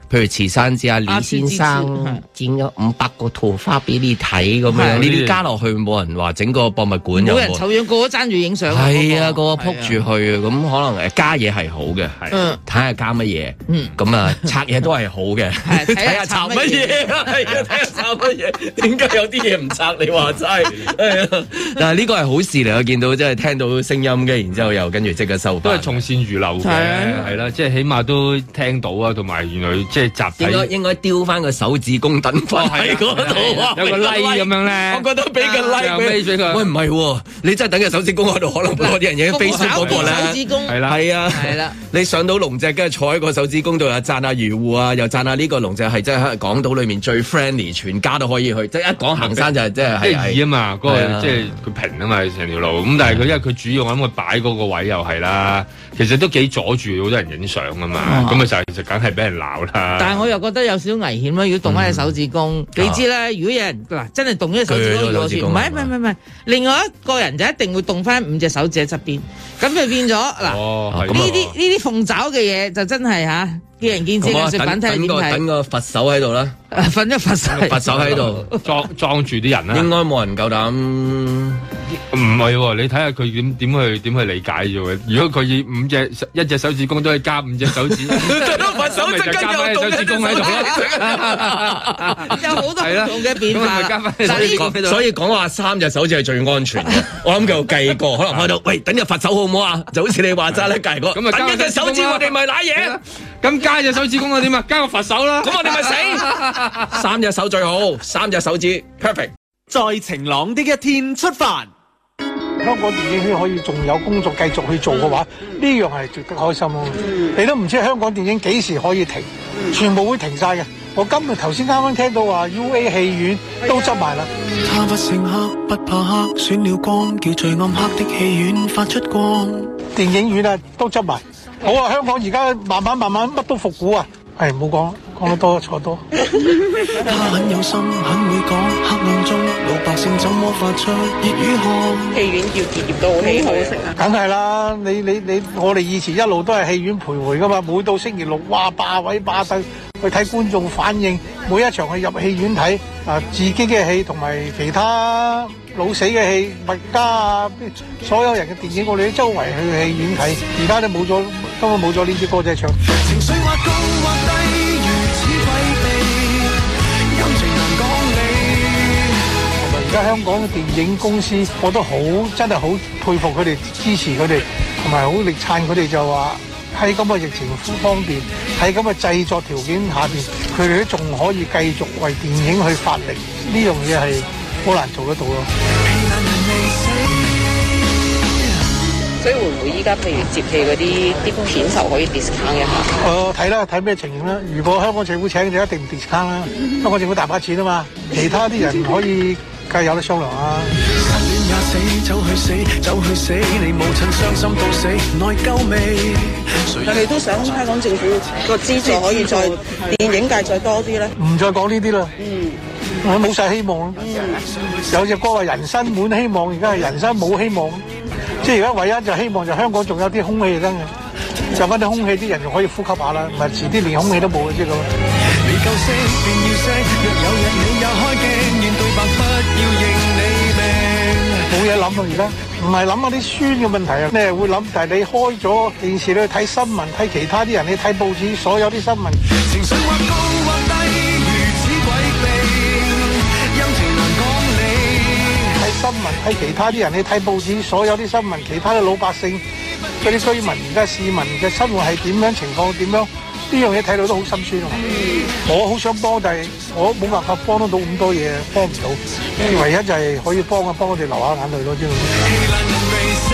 [SPEAKER 2] 譬如慈山之阿李
[SPEAKER 4] 啊
[SPEAKER 2] 先
[SPEAKER 4] 慈善
[SPEAKER 2] 生剪咗五百個桃花俾你睇咁樣，
[SPEAKER 4] 係
[SPEAKER 2] 呢啲加落去冇人話整個博物館有
[SPEAKER 4] 冇人
[SPEAKER 2] 冇？
[SPEAKER 4] 醜樣，個個爭住影相。
[SPEAKER 2] 係啊，
[SPEAKER 4] 嗰
[SPEAKER 2] 個個撲住去
[SPEAKER 4] 係
[SPEAKER 2] 啊，
[SPEAKER 4] 啊
[SPEAKER 2] 咁可能誒加嘢係好嘅，
[SPEAKER 4] 嗯
[SPEAKER 2] 睇下加乜嘢，
[SPEAKER 4] 嗯
[SPEAKER 2] 咁啊拆嘢都係好 嘅，
[SPEAKER 4] 係睇下拆乜嘢
[SPEAKER 2] 係啊睇下拆乜嘢，點解有啲嘢唔拆？你話齋， 係啊但係呢個係好事嚟，我見到即係聽到聲音嘅，然之後又跟住即刻收
[SPEAKER 6] 都係
[SPEAKER 2] 翻。
[SPEAKER 6] 從善如流嘅，
[SPEAKER 4] 係啊
[SPEAKER 6] 係啦，即係起碼都聽到啊，同埋原來即係集
[SPEAKER 2] 應該
[SPEAKER 6] 體哦
[SPEAKER 2] 應該丟翻個手指公
[SPEAKER 6] 啊
[SPEAKER 2] 等翻喺嗰度 啊，
[SPEAKER 6] 有個 like 咁樣
[SPEAKER 2] 我
[SPEAKER 6] 咧，啊
[SPEAKER 2] 覺得俾個 like
[SPEAKER 6] 最後尾俾佢
[SPEAKER 2] 喂唔係喎，你真係等嘅手指公嗰度，可能多啲人影
[SPEAKER 4] 個個
[SPEAKER 2] Facebook 嗰個
[SPEAKER 4] 手
[SPEAKER 2] 咧
[SPEAKER 4] 指。公
[SPEAKER 6] 係啦，
[SPEAKER 2] 係啊，
[SPEAKER 4] 係啦。
[SPEAKER 2] 你上到龍脊，跟住坐喺個手指公度又讚下漁護啊，又讚下呢個龍脊係真係喺港島裏面最 friendly，全家都可以去。即係一講行山就係即係
[SPEAKER 6] 即
[SPEAKER 2] 係
[SPEAKER 6] 係易啊
[SPEAKER 2] 係
[SPEAKER 6] 嘛，嗰
[SPEAKER 2] 係
[SPEAKER 6] 個
[SPEAKER 2] 啊
[SPEAKER 6] 即係佢平啊嘛成條路，咁但係佢因為佢主要我諗佢擺嗰個位又係啦，其實都幾阻住好多人影相啊嘛，咁啊就係其實梗係俾人鬧啦，
[SPEAKER 2] 哎
[SPEAKER 3] 啊，
[SPEAKER 4] 但係我又覺得有少少危險啦，如果動翻隻手指公，
[SPEAKER 2] 嗯
[SPEAKER 4] 你知啦。如果有人嗱真係動咗隻手指
[SPEAKER 2] 鋸咗
[SPEAKER 4] 公，
[SPEAKER 2] 手指公啊係
[SPEAKER 4] 唔係唔
[SPEAKER 2] 嘛
[SPEAKER 4] 係唔係唔係，另外一個人就一定會動翻五隻手指喺側邊，咁就變咗嗱呢
[SPEAKER 6] 哦，
[SPEAKER 2] 咁啊
[SPEAKER 6] 係
[SPEAKER 4] 啲呢啲鳳爪嘅嘢就真係吓見仁見智
[SPEAKER 2] 咁啊
[SPEAKER 4] 嘅食品
[SPEAKER 2] 等
[SPEAKER 4] 睇你
[SPEAKER 2] 等
[SPEAKER 4] 點
[SPEAKER 2] 個等
[SPEAKER 4] 睇，啊
[SPEAKER 2] 個佛手喺度啦，
[SPEAKER 4] 瞓一瞓晒。
[SPEAKER 2] 佛手喺度，
[SPEAKER 6] 裝裝住啲人
[SPEAKER 2] 應
[SPEAKER 6] 啦。
[SPEAKER 2] 該冇人夠膽。
[SPEAKER 6] 唔係喎，你睇下佢點點去點去理解啫喎。如果佢以五隻手一隻手指公都可以加五隻手 指，手咪就加翻隻手指公喺度咯。
[SPEAKER 4] 有好多唔同嘅變化
[SPEAKER 2] 啊
[SPEAKER 6] 係啦咁咪加
[SPEAKER 4] 啦
[SPEAKER 6] 返。
[SPEAKER 4] 嗱
[SPEAKER 2] 所以
[SPEAKER 4] 呢
[SPEAKER 2] 講所以講話三隻手指係最安全嘅，我諗佢有計過，可能開到喂等隻佛手好唔好啊？就好似你話齋咧計過，
[SPEAKER 6] 啊咁啊
[SPEAKER 2] 等一隻手指我哋咪揦嘢，
[SPEAKER 6] 咁加隻手指公啊點啊？加個佛手啦。
[SPEAKER 2] 咁我哋咪死。三隻手最好，三隻手指 perfect。
[SPEAKER 5] 在晴朗的一天出發。
[SPEAKER 7] 香港電影圈可以仲有工作繼續去做嘅話，呢樣係值得開心咯。你都唔知香港電影幾時可以停，全部會停晒嘅。我今日頭先啱啱聽到話 UA 戲院都執埋啦。
[SPEAKER 8] 他不姓黑，不怕黑，選了光，叫最暗黑的戲院發出光。
[SPEAKER 7] 電影院啊都執埋。好啊，香港而家慢慢慢慢乜都復古啊。係唔好講，講得多錯多。
[SPEAKER 8] 他很有心，很會講，黑暗中老百姓怎麼發出熱與汗？
[SPEAKER 7] 梗係啦，你你你，我哋以前一路都係戲院徘徊噶嘛，每到星期六，哇霸位霸勢去睇觀眾反應，每一場去入戲院睇啊，自己嘅戲同埋其他老死嘅戲，麥家啊，所有人嘅電影，我哋都周圍去戲院睇，而家都冇咗，根本冇咗呢支歌仔唱。
[SPEAKER 8] 情緒或高或低，如此詭秘，感情難講理。
[SPEAKER 7] 而家香港嘅電影公司，我都好真係好佩服佢哋，支持佢哋，同埋好力撐佢哋就話喺咁嘅疫情方面，喺咁嘅製作條件下邊，佢哋都仲可以繼續為電影去發力，呢樣嘢係好難做得到咯。
[SPEAKER 9] 所以會唔會依家譬如接戲嗰啲啲片酬可以 discount 一下？
[SPEAKER 7] 我睇啦，睇咩情形啦。如果香港政府請就一定唔 discount 啦，香港政府大把錢啊嘛，其他啲人可以梗係有得商量啊。
[SPEAKER 8] 失戀也死，走去死，走去死，你無趁傷心到死，內疚未？誰
[SPEAKER 10] 我哋都想香港政府個資助可以再電影界再多啲咧。嗯
[SPEAKER 7] 唔再講呢啲啦。我冇晒希望啦。有隻歌話人生滿希望，而家係人生冇希望。即係而家唯一就希望就香港仲有啲空氣得嘅，就翻啲空氣啲人仲可以呼吸下啦。唔係遲啲連空氣都冇嘅啫咁。
[SPEAKER 8] 未夠色便要識，若有日你也開鏡，願對白不要認你命。
[SPEAKER 7] 冇嘢諗啊！而家唔係諗下啲酸嘅問題啊，你係會諗，但係你開咗電視，你去睇新聞，睇其他啲人，你睇報紙，所有啲新聞。
[SPEAKER 8] 情緒或高或低，如此詭秘，陰晴難講理。
[SPEAKER 7] 睇新聞，睇其他啲人，你睇報紙，所有啲新聞，其他嘅老百姓嗰啲居民而家市民嘅生活係點樣情況點樣？呢樣嘢睇到都好心酸啊！我好想幫，但係我冇辦法幫得到咁多嘢，幫唔到。唯一就係可以幫嘅，幫我哋流下眼淚咯，知道嗎？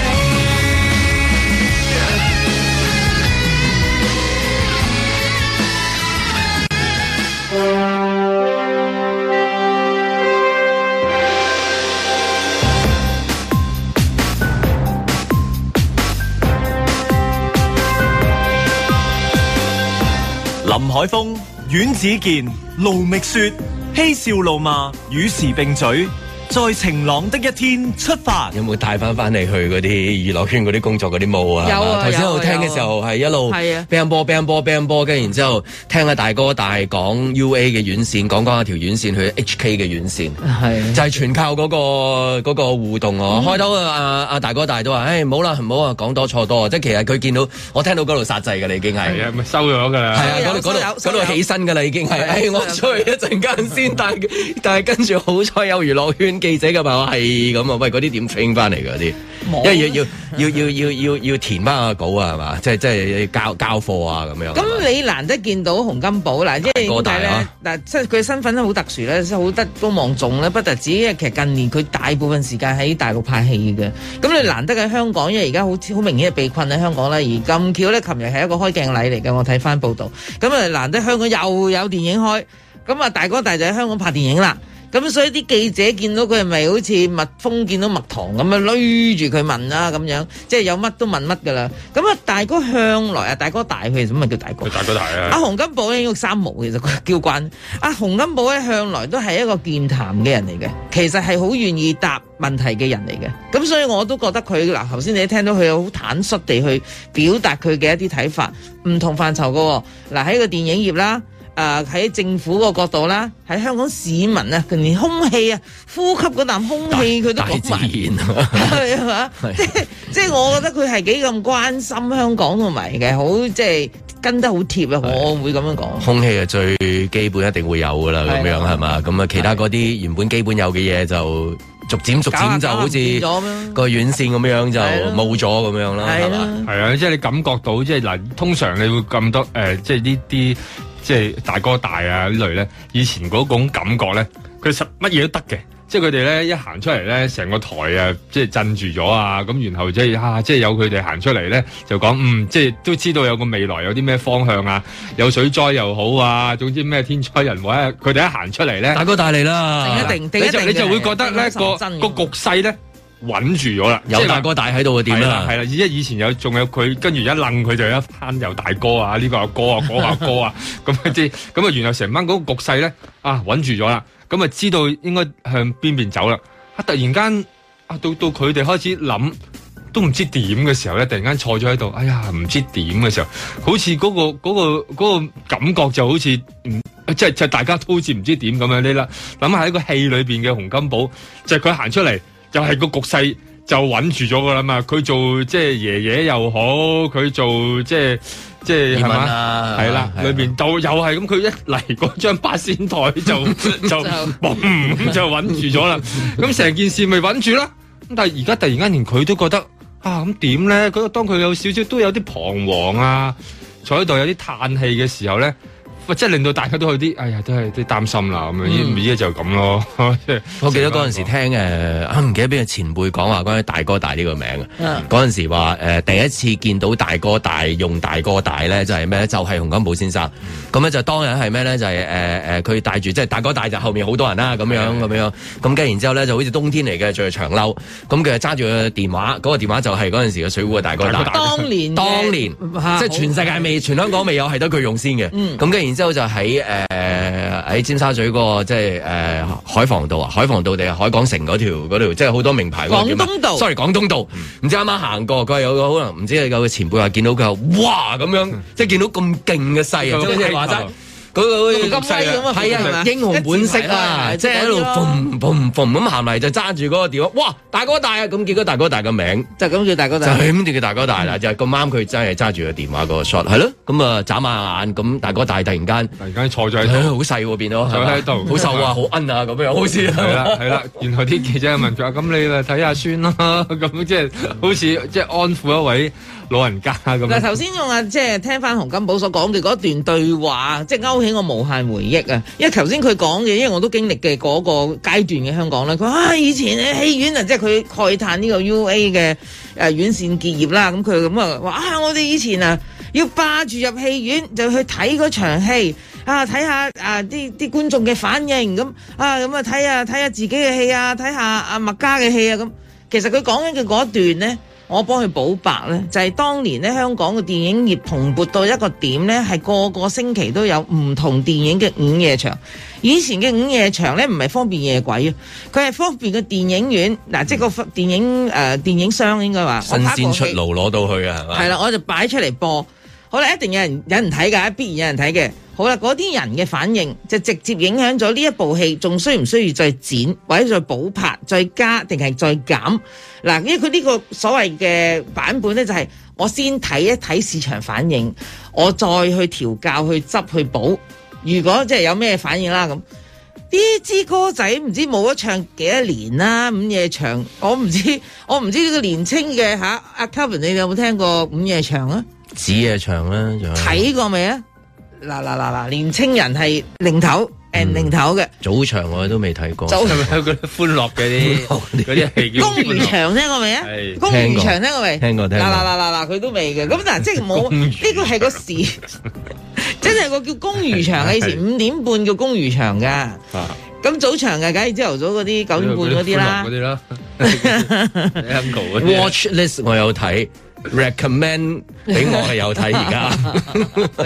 [SPEAKER 1] 林海峰、阮子健、盧覓雪，嬉笑怒罵，與時並嘴，在晴朗的一天出發。
[SPEAKER 2] 有冇帶翻翻嚟去嗰啲娛樂圈嗰啲工作嗰啲舞啊？
[SPEAKER 4] 有啊
[SPEAKER 2] 係嘛頭先
[SPEAKER 4] 有啊
[SPEAKER 2] 我聽嘅時候係一路
[SPEAKER 4] 係啊
[SPEAKER 2] band 波 band 波 band 波，跟住然之後聽下大哥大講 U A 嘅院線，講講下條院線去 H K 嘅院線。
[SPEAKER 4] 係嗯
[SPEAKER 2] 就係全靠嗰、個嗰、個互動哦。開頭啊啊大哥大都話：，誒唔好啦，唔好啊，講多錯多啊。即係其實佢見到我聽到嗰度殺制㗎啦，已經係
[SPEAKER 6] 係。啊，咪收咗㗎啦。
[SPEAKER 2] 係啊，嗰度嗰
[SPEAKER 4] 收
[SPEAKER 2] 度
[SPEAKER 4] 有
[SPEAKER 2] 嗰
[SPEAKER 4] 收有啊
[SPEAKER 2] 度起身㗎啦，已經係。誒，我出去一陣間先，但係但係跟住好彩有娛樂圈記者嘅朋友係咁啊，喂，嗰啲點 train 翻嚟㗎嗰啲？因為要要要要要要要填翻個稿啊，係嘛？即係即係交交貨啊咁樣。
[SPEAKER 4] 咁你難得見到洪金寶嗱，即係
[SPEAKER 2] 大哥
[SPEAKER 4] 點
[SPEAKER 2] 大
[SPEAKER 4] 解咧
[SPEAKER 2] 啊？
[SPEAKER 4] 嗱，即係佢身份好特殊咧，即係好德高望重咧。不特止，因為其實近年佢大部分時間喺大陸拍戲嘅。咁你難得喺香港，因為而家好似好明顯係被困喺香港啦。而咁巧咧，琴日係一個開鏡禮嚟嘅，我睇翻啊報道。咁啊，難得香港又有電影開，咁啊大哥大就喺香港拍電影啦。咁所以啲記者見到佢係咪好似蜜蜂見到蜜糖咁樣攣住佢問啦咁樣，即係有乜都問乜噶啦。咁啊大哥向來啊大哥大佢，咁咪叫大哥。
[SPEAKER 3] 大哥大
[SPEAKER 4] 阿
[SPEAKER 3] 啊，
[SPEAKER 4] 洪金寶咧，應該三毛其實佢叫慣。阿洪金寶咧，向來都係一個健談嘅人嚟嘅，其實係好願意答問題嘅人嚟嘅。咁所以我都覺得佢嗱，頭先你聽到佢好坦率地去表達佢嘅一啲睇法，唔同範疇嘅喎。嗱喺個電影業啦。誒喺、政府個角度啦，喺香港市民啊，佢連空氣啊，呼吸嗰啖空氣佢都
[SPEAKER 2] 大
[SPEAKER 4] 講
[SPEAKER 2] 自
[SPEAKER 4] 埋。
[SPEAKER 2] 然。
[SPEAKER 4] 係嘛？即係即係我覺得佢係幾咁關心香港同埋嘅，好即係跟得好貼啊！我會咁樣講。
[SPEAKER 2] 空氣係最基本一定會有噶啦，咁樣係嘛？咁啊，其他嗰啲原本基本有嘅嘢就逐漸逐漸就好
[SPEAKER 4] 搞啊下搞下唔見咗咁
[SPEAKER 2] 似
[SPEAKER 4] 樣
[SPEAKER 2] 個院線咁樣就
[SPEAKER 4] 係咯
[SPEAKER 2] 冇咗咁樣啦，係嘛？
[SPEAKER 6] 係啊，即係你感覺到，即係嗱，通常你會咁多誒、呃即係呢啲即係大哥大啊呢類咧，以前嗰種感覺咧，佢實乜嘢都得嘅。即係佢哋咧一行出嚟咧，成個台啊，即係震住咗啊！咁然後即係啊，即係有佢哋行出嚟咧，就講嗯，即係都知道有個未來有啲咩方向啊，有水災又好啊，總之咩天災人禍啊，佢哋一行出嚟咧，
[SPEAKER 2] 大哥大嚟啦，
[SPEAKER 4] 定一定定一
[SPEAKER 6] 你就
[SPEAKER 4] 定
[SPEAKER 6] 你就
[SPEAKER 4] 嘅
[SPEAKER 6] 會覺得咧
[SPEAKER 4] 定
[SPEAKER 6] 個
[SPEAKER 4] 心真嘅
[SPEAKER 6] 個局勢咧穩住咗啦，
[SPEAKER 2] 有
[SPEAKER 6] 即係
[SPEAKER 2] 大哥大喺度嘅點啊
[SPEAKER 6] 係啦
[SPEAKER 2] 啦，
[SPEAKER 6] 係啦，因為以前有仲有佢，跟住一楞佢就有一班有大哥啊，呢、個阿哥啊，嗰、個阿哥啊， 咁嗰啲咁啊，原來成班嗰個局勢咧啊穩住咗啦，咁啊知道應該向邊邊走啦，啊突然間啊到到佢哋開始諗。都唔知點嘅時候咧，突然間坐咗喺度，哎呀，唔知點嘅時候，好似嗰、個嗰、個嗰、個感覺就好似唔即係即係大家都好似唔知點咁樣呢啦。諗下喺個戲裏邊嘅洪金寶，就係佢行出嚟，又係個局勢就穩住咗噶啦嘛。佢做即係爺爺又好，佢做即係即係
[SPEAKER 2] 葉
[SPEAKER 6] 係
[SPEAKER 2] 問
[SPEAKER 6] 嘛，
[SPEAKER 2] 啊
[SPEAKER 6] 係啦，
[SPEAKER 2] 係
[SPEAKER 6] 裏
[SPEAKER 2] 啊
[SPEAKER 6] 邊就又係咁，佢一嚟嗰張八仙台就就嘣咁就穩住 咗啦。咁成件事咪穩住啦。咁但係而家突然間連佢都覺得。啊，咁點咧？佢當佢有少少都有啲彷徨啊，坐喺度有啲嘆氣嘅時候咧，喂即係令到大家都有啲，哎呀，都係啲擔心啦咁樣。依依家就咁咯。
[SPEAKER 2] 嗯我記 得嗰陣時聽誒啊，唔記得邊個前輩講話關於大哥大呢個名啊
[SPEAKER 6] 嗯。
[SPEAKER 2] 嗰陣時話誒、呃第一次見到大哥大用大哥大咧，就係咩咧？就係、洪金寶先生。咁咧就當然係咩咧？就係誒誒，佢帶住即係大哥大就後面好多人啦，咁樣咁樣。咁跟住然之後咧，就好似冬天嚟嘅，着長褸。咁佢就揸住個電話，嗰、個電話就係嗰陣時嘅水壺嘅大哥大。
[SPEAKER 4] 當年嘅
[SPEAKER 2] 當年
[SPEAKER 4] 啊
[SPEAKER 2] 即係全世界未，全香港未有，係得佢用先嘅。咁跟住然之後就喺誒喺尖沙咀嗰個即係誒海防道啊，海防道定係海港城嗰條嗰條，即係好多名牌嗰個叫咩
[SPEAKER 4] 廣東道
[SPEAKER 2] ，sorry 廣東道。唔知啱啱行過，佢有個可能唔知有個前輩話見到佢話哇咁樣，即係見到咁勁嘅勢啊，即係好似話齋。嗰個
[SPEAKER 4] 咁威咁
[SPEAKER 2] 係
[SPEAKER 4] 啊係
[SPEAKER 2] 啊
[SPEAKER 4] 嘛，
[SPEAKER 2] 英雄本色啊，
[SPEAKER 4] 一
[SPEAKER 2] 即
[SPEAKER 4] 字
[SPEAKER 2] 係喺
[SPEAKER 4] 排開
[SPEAKER 2] 度
[SPEAKER 4] 咯
[SPEAKER 2] 嗯嘣嘣嘣咁行嚟就揸住嗰個電話，哇！大哥大啊！咁結果大哥大嘅名
[SPEAKER 4] 就咁叫大嗯哥
[SPEAKER 2] 就
[SPEAKER 4] 大。
[SPEAKER 2] 係咁叫大哥大啦，就係咁啱佢真係揸住個電話嗰個 shot，係咯，咁啊眨下眼，咁大哥大突然間哎
[SPEAKER 6] 突然間坐咗喺
[SPEAKER 2] 唉好
[SPEAKER 6] 度，
[SPEAKER 2] 細喎變咗，
[SPEAKER 6] 坐喺度
[SPEAKER 2] 好瘦啊，好奀啊，咁樣好似
[SPEAKER 6] 係啦係啦。然後啲記者就問佢：咁你咪睇下孫啦， 咁即係好似即係安撫一位老人家咁
[SPEAKER 4] 嗱，
[SPEAKER 6] 樣。
[SPEAKER 4] 頭先用啊，即係聽翻洪金寶所講嘅嗰段對話，即係勾起我無限回憶啊！因為頭先佢講嘅，因為我都經歷嘅嗰個階段嘅香港啦。佢話啊，以前咧戲院啊，即係佢慨嘆呢個 UA 嘅誒院線結業啦。咁佢咁啊話啊，我哋以前啊要霸住入戲院就去睇嗰場戲。啊！睇下啊啲啲觀眾嘅反應咁啊咁啊睇下睇下自己嘅戲啊，睇下阿麥嘉嘅戲啊咁。其實佢講緊嘅嗰一段呢，我幫佢補白呢，就係、當年呢香港嘅電影業蓬勃到一個點呢，係個個星期都有唔同電影嘅午夜場。以前嘅午夜場呢，唔係方便夜鬼啊，佢係方便嘅電影院嗱、即係個電影誒、呃、電影商應該話我
[SPEAKER 2] 新
[SPEAKER 4] 拍過
[SPEAKER 2] 鮮出
[SPEAKER 4] 戲
[SPEAKER 2] 爐攞到去啊，係嘛？
[SPEAKER 4] 係啦，我就擺出嚟播。好啦，一定有人有人睇㗎，必然有人睇嘅。好啦，嗰啲人嘅反應就直接影響咗呢一部戲，仲需唔需要再剪，或者再補拍、再加定係再減？嗱，因為佢呢個所謂嘅版本呢，就係、我先睇一睇市場反應，我再去調教、去執、去補。如果即係有咩反應啦咁。呢支歌仔唔知冇咗唱幾多年啦，午夜場我唔知， 我唔知呢個年青嘅吓阿 Kevin，你有冇聽過午夜場啊？
[SPEAKER 2] 子夜場啦，仲有
[SPEAKER 4] 睇過未啊？嗱嗱嗱嗱，年青人係零頭 and 零頭嘅，
[SPEAKER 2] 嗯早場我都未睇過，
[SPEAKER 4] 早
[SPEAKER 6] 係咪 有嗰啲歡樂 嘅啲嗰啲戲叫
[SPEAKER 4] 公
[SPEAKER 6] 歡
[SPEAKER 4] 園
[SPEAKER 6] 樂
[SPEAKER 4] 場聽過
[SPEAKER 2] 哎
[SPEAKER 4] 未啊？
[SPEAKER 6] 係
[SPEAKER 4] 公
[SPEAKER 2] 聽
[SPEAKER 4] 園
[SPEAKER 2] 過
[SPEAKER 4] 場聽過未？
[SPEAKER 2] 聽過聽過
[SPEAKER 4] 嗱嗱嗱嗱嗱，佢都未嘅。咁嗱，即 係冇
[SPEAKER 6] 公園
[SPEAKER 4] 呢個係個時，
[SPEAKER 6] 啊
[SPEAKER 4] 真係有個叫公餘場嘅，以前五點半叫公餘場㗎。咁早場嘅，梗係朝頭早嗰啲九點半嗰啲啦
[SPEAKER 6] 嗰。啲啦 Uncle 嗰啲啊
[SPEAKER 2] Watch list 我有睇，recommend 俾我係有睇而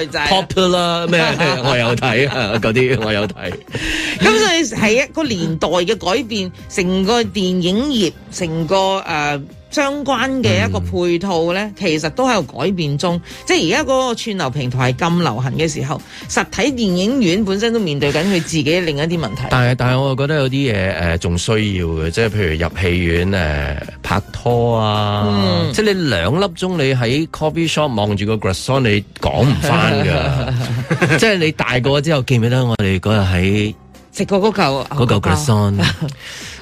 [SPEAKER 2] 家，popular 咩我有睇啊，嗰啲我有睇。
[SPEAKER 4] 咁所以係一個年代嘅改變，成個電影業，成個誒、呃相關
[SPEAKER 2] 嗯
[SPEAKER 4] 嘅一個配套咧，其實都喺度改變中。即係而家嗰個串流平台係咁流行嘅時候，實體電影院本身都面對緊佢自己另一啲問題。
[SPEAKER 2] 但係但係，我又覺得有啲嘢誒仲需要嘅，即係譬如入戲院誒、呃拍拖啊，
[SPEAKER 4] 嗯
[SPEAKER 2] 即係你兩粒鐘你喺 coffee shop 望住個 g r a s o n 你講唔 翻 㗎，即係你大個之後記唔記得我哋嗰日喺
[SPEAKER 4] 食過嗰嚿
[SPEAKER 2] 嗰嚿 g r a s o n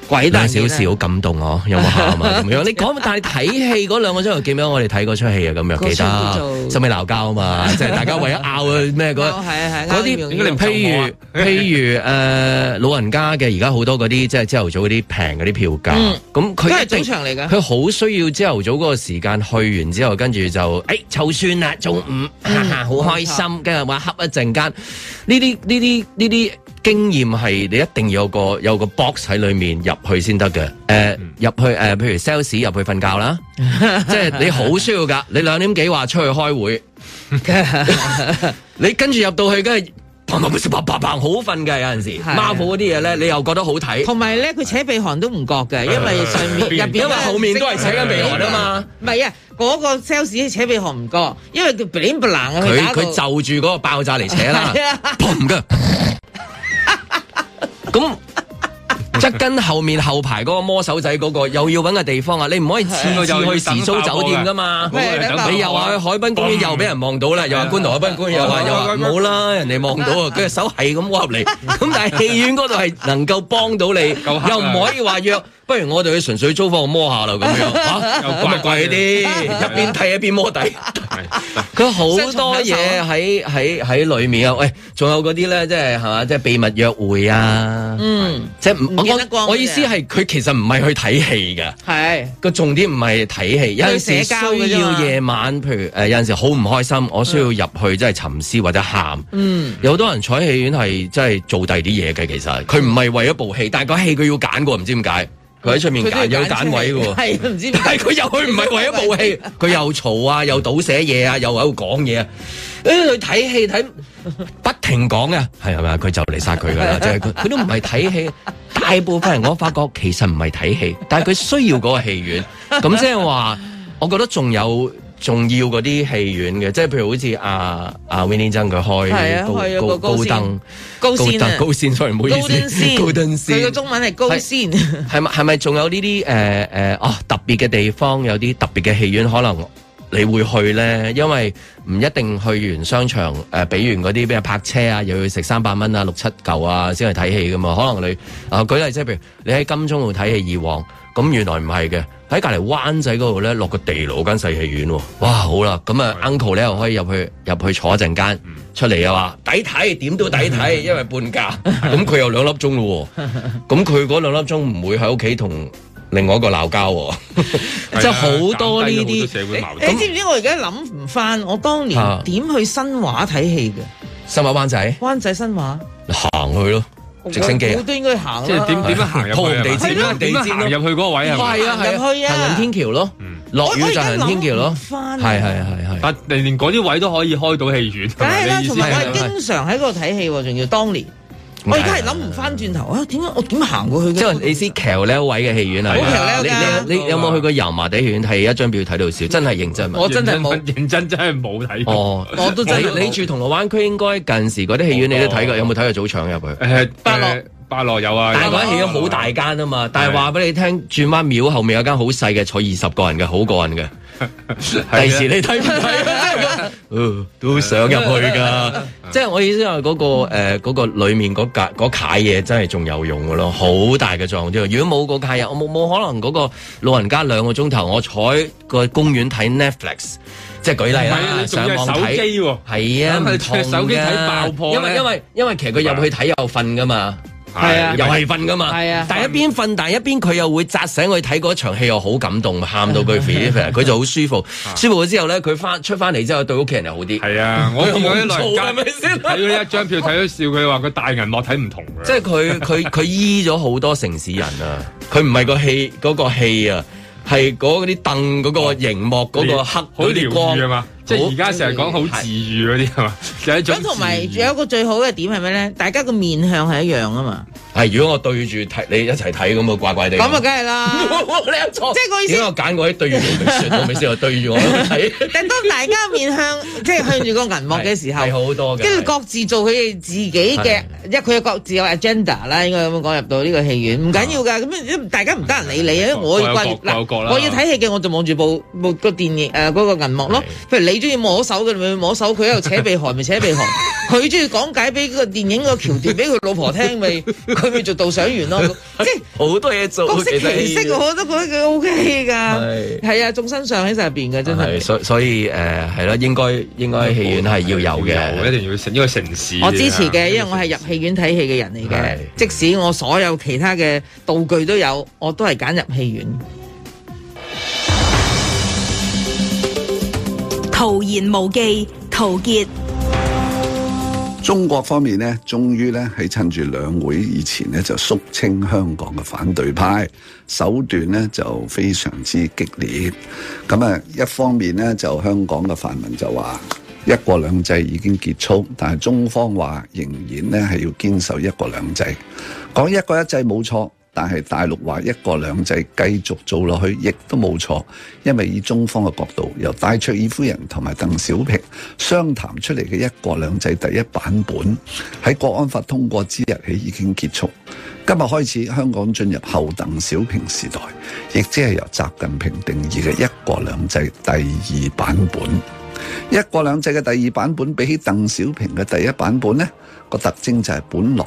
[SPEAKER 4] 鬼
[SPEAKER 2] 兩小時好感動我，有冇喊 啊？咁樣你講，但係睇戲嗰兩個鐘頭記唔記得我哋睇嗰出戲啊？咁樣記
[SPEAKER 4] 嗰出叫做
[SPEAKER 2] 得，收尾鬧交啊嘛，即係大家為咗拗啊咩嗰
[SPEAKER 4] 哦係啊係啊
[SPEAKER 2] 嗰啲譬
[SPEAKER 4] 拗呢樣
[SPEAKER 2] 如譬如誒老人家嘅，而家好多嗰啲即係朝頭早嗰啲平嗰啲票價
[SPEAKER 4] 嗯，
[SPEAKER 2] 咁
[SPEAKER 4] 都
[SPEAKER 2] 佢
[SPEAKER 4] 係
[SPEAKER 2] 一定
[SPEAKER 4] 早場嚟㗎
[SPEAKER 2] 佢好需要朝頭早嗰個時間去完之後，跟住就誒湊算啦，中
[SPEAKER 4] 嗯
[SPEAKER 2] 午哈哈好開心，跟住話恰一陣間，呢啲呢啲呢啲。經驗係你一定要有個有個 box 喺裏面入去先得嘅。誒、呃
[SPEAKER 4] 嗯
[SPEAKER 2] 入去誒、譬如 sales 入去瞓覺啦，
[SPEAKER 4] 啊
[SPEAKER 2] 即係 你好需要㗎。你兩點幾話出去開會，你跟住入到去，跟住砰砰砰砰砰砰好瞓㗎。有陣時
[SPEAKER 4] 係啊
[SPEAKER 2] Marvel 嗰啲嘢咧，你又覺得好睇。
[SPEAKER 4] 同埋咧，佢扯鼻鼾都唔覺嘅， 因為上面入邊
[SPEAKER 2] 因為後面都係扯緊鼻鼾啊嘛。
[SPEAKER 4] 唔係啊，嗰、個 sales 扯鼻鼾唔覺，因為佢 bling bling 啊，
[SPEAKER 2] 佢
[SPEAKER 4] 打
[SPEAKER 2] 佢
[SPEAKER 4] 到
[SPEAKER 2] 就住嗰個爆炸嚟扯啦
[SPEAKER 4] 係啊，
[SPEAKER 2] 砰㗎。咁。 即跟後面後排嗰個魔手仔嗰個，又要揾個地方啊！你唔可以次次
[SPEAKER 6] 係啊
[SPEAKER 2] 去時租酒店噶嘛，
[SPEAKER 4] 咩等爆
[SPEAKER 6] 啊
[SPEAKER 2] 你又話去海濱
[SPEAKER 6] 嗯
[SPEAKER 2] 公園又俾人望到啦，又話觀塘海濱公園又話又話冇啦，人哋望 到啊，佢隻手係咁握嚟。咁但係戲院嗰度係能夠幫到你，
[SPEAKER 6] 夠黑啊
[SPEAKER 2] 又唔可以話約，不如我哋去純粹租房摸下啦咁樣嚇，
[SPEAKER 4] 啊
[SPEAKER 6] 又
[SPEAKER 2] 咁咪貴啲，一邊睇一邊摸底。 佢好多嘢喺喺喺裏面啊！喂，仲有嗰啲咧，即係係嘛，即係秘密約會啊，
[SPEAKER 4] 嗯
[SPEAKER 2] 即係唔
[SPEAKER 4] 唔見得
[SPEAKER 2] 我
[SPEAKER 4] 光
[SPEAKER 2] 我我意思係佢其實唔係去睇戲㗎。
[SPEAKER 4] 係
[SPEAKER 2] 個重點唔係睇戲，有陣時
[SPEAKER 4] 社交嘅
[SPEAKER 2] 需
[SPEAKER 4] 啫嘛
[SPEAKER 2] 要夜晚，譬如呃誒有陣時好唔開心，我需要入去即係沉思或者喊。
[SPEAKER 4] 嗯
[SPEAKER 2] 有好多人坐喺戲院係真係做第二啲嘢嘅，其實佢唔係為咗部戲，但係個戲佢要揀嘅喎，唔知點解佢喺出面
[SPEAKER 4] 佢都
[SPEAKER 2] 揀
[SPEAKER 4] 要
[SPEAKER 2] 有揀位嘅喎。
[SPEAKER 4] 係唔知點
[SPEAKER 2] 但
[SPEAKER 4] 解
[SPEAKER 2] 係佢又去唔係為咗部 戲，佢又嘈啊，又倒寫嘢啊，又喺度講嘢啊。 誒，佢睇戲睇不停講啊，係咪啊？佢就嚟殺佢 噶啦，即係佢佢都唔係睇戲。大部分人我發覺其實唔係睇戲，但係佢需要嗰個戲院。咁即係話，我覺得仲有。重要嗰啲戲院嘅，即係譬如好似阿阿 Winnie 曾佢
[SPEAKER 4] 係
[SPEAKER 2] 開
[SPEAKER 4] 啊開
[SPEAKER 2] 高
[SPEAKER 4] 咗個
[SPEAKER 2] 高
[SPEAKER 4] 高
[SPEAKER 2] 高
[SPEAKER 4] 先
[SPEAKER 2] 登
[SPEAKER 4] 高先啊
[SPEAKER 2] 登高先，sorry 唔好意思，
[SPEAKER 4] Golden 先，
[SPEAKER 2] 高登先。
[SPEAKER 4] 佢個中文係高先，
[SPEAKER 2] 係咪係咪仲有呢啲誒誒哦特別嘅地方，有啲特別嘅戲院可能你會去咧？因為唔一定去完商場誒，俾、完嗰啲咩泊車啊，又要食三百蚊啊、六七嚿啊先去睇戲噶嘛。可能你啊舉例即係譬如你喺金鐘度睇戲以往，咁原來唔係嘅。喺隔離灣仔嗰度咧，落個地牢間細戲院喎，哇好啦，咁啊 uncle 咧又可以入去入去坐一陣間，出嚟又話抵睇，點都抵睇，因為半價，咁佢又兩粒鐘咯喎。咁佢嗰兩粒鐘唔會喺屋企同另外一個鬧 交喎，即係啊好多呢
[SPEAKER 6] 啊減低咗好
[SPEAKER 2] 啲
[SPEAKER 6] 社會矛
[SPEAKER 4] 你
[SPEAKER 6] 盾。
[SPEAKER 4] 知唔知我而家諗唔翻我當年
[SPEAKER 2] 啊
[SPEAKER 4] 點去新華睇戲嘅？
[SPEAKER 2] 新馬灣仔
[SPEAKER 4] 灣仔新華，
[SPEAKER 2] 行去咯，直升機
[SPEAKER 4] 我
[SPEAKER 2] 啊，
[SPEAKER 4] 都應該行啦
[SPEAKER 6] 即係點點樣行入去
[SPEAKER 2] 鋪
[SPEAKER 6] 啊
[SPEAKER 2] 紅地氈咯
[SPEAKER 6] 點樣
[SPEAKER 2] 地氈
[SPEAKER 6] 行入
[SPEAKER 2] 咯
[SPEAKER 6] 去嗰個位係咪？
[SPEAKER 2] 係啊係
[SPEAKER 4] 行入去啊
[SPEAKER 2] 行人天橋咯，落雨就行人天橋咯，
[SPEAKER 4] 我而家諗唔返
[SPEAKER 2] 係
[SPEAKER 4] 啊
[SPEAKER 2] 係係係，
[SPEAKER 6] 但連連嗰啲位都可以開到戲院，
[SPEAKER 4] 梗係啦，
[SPEAKER 6] 你意
[SPEAKER 4] 同
[SPEAKER 6] 思
[SPEAKER 4] 埋
[SPEAKER 6] 係
[SPEAKER 4] 我係經常喺嗰度睇戲喎，仲要當年。我而家係諗唔翻轉頭啊！點解我點行過去嘅？
[SPEAKER 2] 即係你知橋呢位嘅戲院
[SPEAKER 4] 好
[SPEAKER 2] 係，
[SPEAKER 4] 橋呢㗎
[SPEAKER 2] 你你你有冇去過油麻地戲院睇一張表睇到笑，真係認真啊
[SPEAKER 4] 我真係冇
[SPEAKER 6] 認真真係冇睇過。
[SPEAKER 2] 哦，
[SPEAKER 4] 我都真係冇
[SPEAKER 2] 你你住銅鑼灣區應該近時嗰啲戲院你都睇過，有冇睇過早場入去？
[SPEAKER 6] 哦誒，
[SPEAKER 4] 百樂
[SPEAKER 6] 誒百樂有啊，
[SPEAKER 2] 但係嗰間戲院好大間啊嘛，但係話俾你聽，轉彎廟後面有間好細嘅，坐二十個人嘅，好 過人嘅。
[SPEAKER 6] 啊
[SPEAKER 2] 第時你睇唔睇啊？
[SPEAKER 6] 哦
[SPEAKER 2] 呃都想入去 㗎。 即係我意思係嗰個誒嗰個裡面嗰架嗰架嘢真係仲有用㗎咯，好大嘅作用啫。如果冇嗰架嘢，我冇冇可能嗰個老人家兩個鐘頭，我坐喺個公園睇 Netflix，即係舉例
[SPEAKER 6] 唔係啊
[SPEAKER 2] 啦，
[SPEAKER 6] 你仲
[SPEAKER 2] 上
[SPEAKER 6] 要係
[SPEAKER 2] 網
[SPEAKER 6] 手機喎
[SPEAKER 2] 睇。係啊，
[SPEAKER 6] 咁
[SPEAKER 2] 唔
[SPEAKER 6] 你
[SPEAKER 2] 同
[SPEAKER 6] 隻手機睇
[SPEAKER 2] 㗎
[SPEAKER 6] 爆破
[SPEAKER 2] 因為
[SPEAKER 6] 咧
[SPEAKER 2] 因為因為其實佢入去睇又瞓㗎嘛。係啊，又係瞓噶嘛，係啊，但係一邊瞓，但係一邊佢又會扎醒佢睇嗰場戲，又好感動，啊喊到 佢肥佢就好舒服，舒服咗之後咧，佢翻出翻嚟之後對屋企人又好啲，係
[SPEAKER 6] 啊，我見嗰啲老人家
[SPEAKER 2] 咪先？
[SPEAKER 6] 睇嗰啲一張票睇到笑，佢話佢大銀幕睇唔同嘅，
[SPEAKER 2] 即係 佢佢佢醫咗好多城市人啊！佢唔係個戲嗰、個戲啊，係嗰啲凳嗰個熒幕嗰個黑
[SPEAKER 6] 好
[SPEAKER 2] 嗰啲光
[SPEAKER 6] 療愈啊嘛，即係而家成日講好治愈嗰啲係嘛，有一種
[SPEAKER 4] 咁同埋仲有一個最好嘅點係咩咧？大家個面向係一樣啊嘛。
[SPEAKER 2] 係如果我對住睇你一齊睇咁啊，怪怪地。
[SPEAKER 4] 咁啊，梗係啦。
[SPEAKER 2] 你錯
[SPEAKER 4] 即係個意
[SPEAKER 2] 點解啊
[SPEAKER 4] 思。
[SPEAKER 2] 我揀嗰啲對住盧覓雪，我咪先我對住我睇，
[SPEAKER 4] 但當大家面向即係向住個銀幕嘅時
[SPEAKER 2] 係
[SPEAKER 4] 候，
[SPEAKER 2] 好多嘅。
[SPEAKER 4] 跟住各自做佢哋自己嘅
[SPEAKER 2] 係，
[SPEAKER 4] 因為佢有各自有 agenda 啦，應該咁樣講入到呢個戲院，唔緊要㗎。咁大家唔得人理你，因為我要
[SPEAKER 6] 各
[SPEAKER 4] 掛
[SPEAKER 6] 有
[SPEAKER 4] 住
[SPEAKER 6] 各各有各啦
[SPEAKER 4] 嗱，我要睇戲嘅我就望住部部個電影誒嗰個銀幕咯。譬如你中意摸手嘅，咪摸手；佢喺度扯鼻鼾，咪扯鼻 鼾。佢中意講解俾個電影個橋段俾佢老婆聽，咪佢咪做導賞員咯。即係
[SPEAKER 2] 好多嘢做
[SPEAKER 4] 各色其
[SPEAKER 2] 其實
[SPEAKER 4] 色，我覺得佢佢 OK 㗎。
[SPEAKER 2] 係
[SPEAKER 4] 係啊，眾生相喺晒入邊㗎，真係
[SPEAKER 2] 係。所所以誒係啦，應該應該戲院係要有嘅，
[SPEAKER 6] 一定要成一個城市
[SPEAKER 2] 啊
[SPEAKER 4] 我支持嘅，因為我係入戲院睇戲嘅人嚟嘅。即使我所有其他嘅道具都有，我都係揀入戲院。
[SPEAKER 11] 徒言無忌，陶傑。
[SPEAKER 12] 中國方面呢，終於呢喺趁住兩會以前呢，就肅清香港嘅反對派，手段呢就非常之激烈。咁啊，一方面呢，就香港嘅泛民就話一國兩制已經結束，但係中方話仍然呢係要堅守一國兩制。講一國一制冇錯，但係大陸話一國兩制繼續做落去，亦都冇錯，因為以中方嘅角度，由戴卓爾夫人同埋鄧小平商談出嚟嘅一國兩制第一版本，喺國安法通過之日起已經結束。今日開始，香港進入後鄧小平時代，亦即係由習近平定義嘅一國兩制第二版本。一國兩制嘅第二版本比起鄧小平嘅第一版本呢個特徵就係本來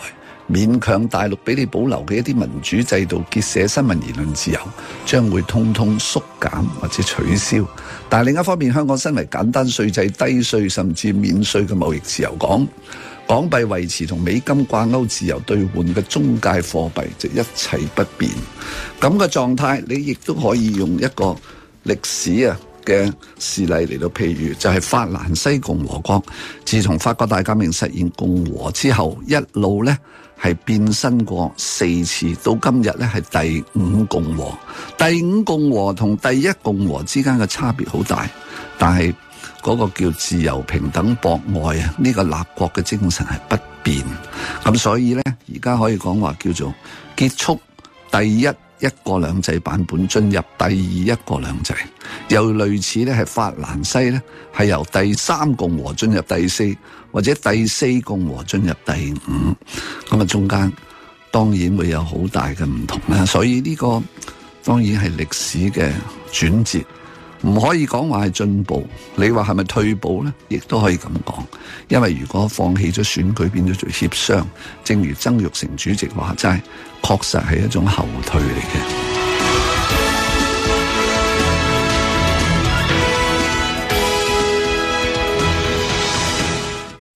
[SPEAKER 12] 勉強大陸俾你保留嘅一啲民主制度、結社新聞言論自由，將會通通縮減或者取消。但係另一方面，香港身為簡單稅制、低稅甚至免稅嘅貿易自由港，港幣維持同美金掛鈎自由兌換嘅中介貨幣就一切不變。咁嘅狀態，你亦都可以用一個歷史啊嘅事例嚟到譬如，就係、法蘭西共和國，自從法國大革命實現共和之後，一路呢係變身過四次，到今日呢係第五共和。第五共和同第一共和之間嘅差別好大，但係嗰個叫自由平等博愛啊，呢、個立國嘅精神係不變。咁所以呢，而家可以講話叫做結束。第一一國兩制版本進入第二一國兩制，又類似咧係法蘭西咧係由第三共和進入第四，或者第四共和進入第五，咁啊中間當然會有好大嘅唔同啦。所以呢個當然係歷史嘅轉折，唔可以講話係進步。你話係咪退步呢？亦都可以咁講，因為如果放棄咗選舉，變咗做協商，正如曾玉成主席話齋，確實係一種後退嚟嘅。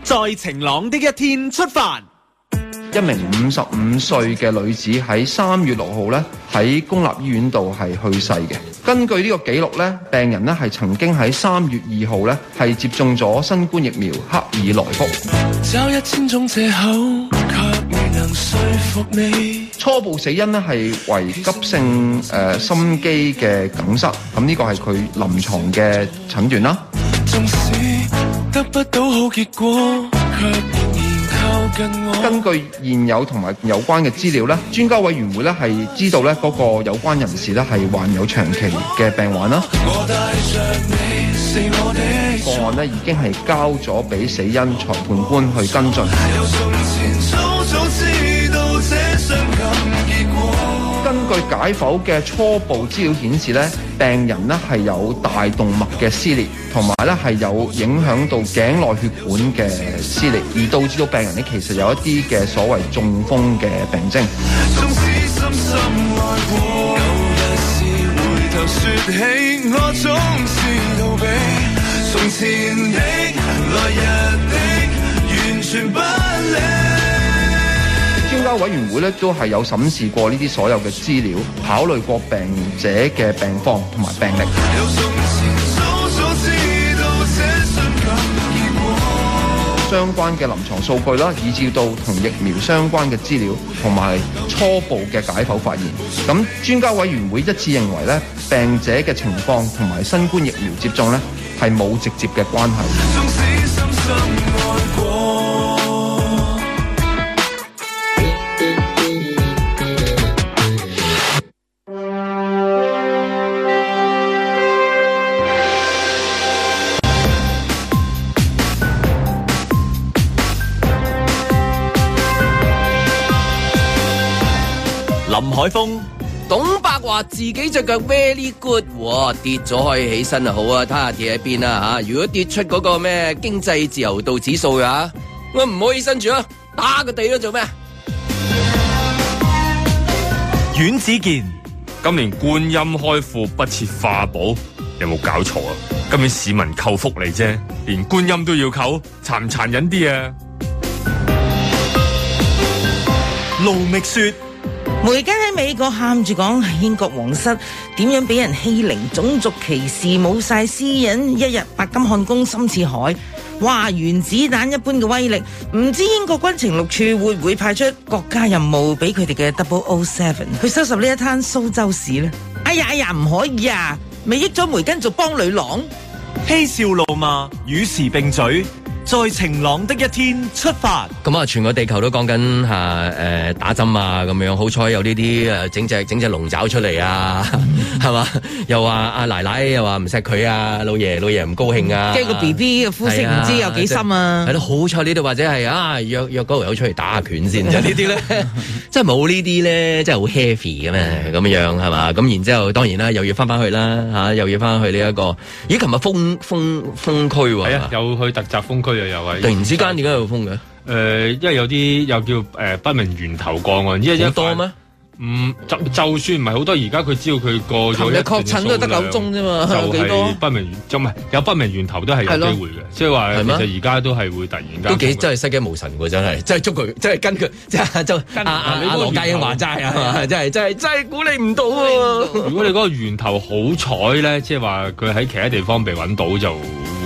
[SPEAKER 5] 在晴朗的一天出發。
[SPEAKER 13] 一名五十五歲嘅女子喺三月六號咧喺公立醫院度係去世嘅。根據呢個記錄咧，病人咧係曾經喺三月二號咧係接種咗新冠疫苗克爾來福。
[SPEAKER 8] 找一千種藉口，卻未能說服你。
[SPEAKER 13] 初步死因咧係為急性誒、呃心肌嘅梗塞，咁呢個係佢臨床嘅診斷啦。
[SPEAKER 8] 縱使得不到好結果，卻仍然靠近我。
[SPEAKER 13] 根據現有同埋有關嘅資料咧，專家委員會咧係知道咧嗰個有關人士咧係患有長期嘅病患啦。
[SPEAKER 8] 我帶着你是我的。
[SPEAKER 13] 個案咧已經係交咗俾死因裁判官去跟進。
[SPEAKER 8] 有從前早早知道這傷感結果。
[SPEAKER 13] 根據解剖嘅初步資料顯示咧，病人咧係有大動脈嘅撕裂，同埋咧係有影響到頸內血管嘅撕裂，而導致到病人咧其實有一啲嘅所謂中風嘅病徵。
[SPEAKER 8] 縱使深深愛過，舊日事回頭說起，我總是逃避。從前的、來日的，完全不理。
[SPEAKER 13] 專家家委員會咧都係有審視過呢啲所有嘅資料，考慮過病者嘅病況同埋病歷。相關嘅臨床數據啦，以至到同疫苗相關嘅資料，同埋初步嘅解剖發現。咁專家委員會一致認為咧，病者嘅情況同埋新冠疫苗接種咧係冇直接嘅關係。
[SPEAKER 1] 林海峰、
[SPEAKER 2] 董伯話自己隻腳 very good 喎，跌咗可以起身就好啊，睇下跌喺邊啦吓。如果跌出嗰個咩經濟自由度指數啊，我唔好起身住啊，打個地都做咩？
[SPEAKER 1] 阮子健，
[SPEAKER 3] 今年觀音開庫不設化寶，有冇搞錯啊？今年市民扣福利啫，連觀音都要扣，殘唔殘忍啲啊？
[SPEAKER 1] 盧覓雪。
[SPEAKER 4] 梅根喺美國喊住講英國皇室點樣俾人欺凌、種族歧視、冇晒私隱，一日白金漢宮深似海。哇！原子彈一般嘅威力，唔知英國軍情六處會唔會派出國家任務俾佢哋嘅 Double O Seven 去收拾呢一攤蘇州市呢？哎呀哎呀，唔可以啊！咪益咗梅根做幫女郎。
[SPEAKER 1] 嬉笑怒罵，與時並嘴，在晴朗的一天出發。
[SPEAKER 2] 咁啊，全個地球都講緊嚇誒打針啊咁樣，好彩有呢啲誒整
[SPEAKER 4] 嗯
[SPEAKER 2] 隻整隻龍爪出嚟 啊，係嘛？又話阿奶奶又話唔錫佢啊，老爺老爺唔高興啊，
[SPEAKER 4] 跟住個 B B 嘅膚色唔知有幾深啊
[SPEAKER 2] 係！咯，好彩呢度或者係啊約約嗰條友出嚟打下拳先， 就呢啲咧，即係冇呢啲咧，真係好 heavy 嘅咩咁樣係嘛？咁然之後當然啦，又要翻翻去啦嚇，又要翻去呢一個，咦？琴日封封封區喎，
[SPEAKER 6] 係啊，有去特襲封區啊，又係
[SPEAKER 2] 突然之間點解又封嘅？
[SPEAKER 6] 誒、呃因為有啲又叫誒、呃不明源頭個案，因為
[SPEAKER 2] 好
[SPEAKER 6] 多咩？唔嗯就就算唔係好多，而家佢只要佢過咗
[SPEAKER 4] 琴
[SPEAKER 6] 一
[SPEAKER 4] 日
[SPEAKER 6] 定
[SPEAKER 4] 確診都得
[SPEAKER 6] 數量
[SPEAKER 4] 九宗啫嘛
[SPEAKER 6] 就
[SPEAKER 4] 有幾多
[SPEAKER 6] 係不明源就唔係有不明源頭都係有
[SPEAKER 2] 係咯
[SPEAKER 6] 機會嘅，即係話
[SPEAKER 2] 係
[SPEAKER 6] 其
[SPEAKER 2] 咩
[SPEAKER 6] 實而家都係會突然間
[SPEAKER 2] 都幾真係失驚無神喎！真係，真係捉佢，真係跟佢，即係就阿阿
[SPEAKER 6] 啊你嗰
[SPEAKER 2] 阿
[SPEAKER 6] 個
[SPEAKER 2] 羅家英話齋啊，真係真係真係估你唔到啊！
[SPEAKER 6] 如果你嗰個源頭好彩咧，即係話佢喺其他地方被揾到就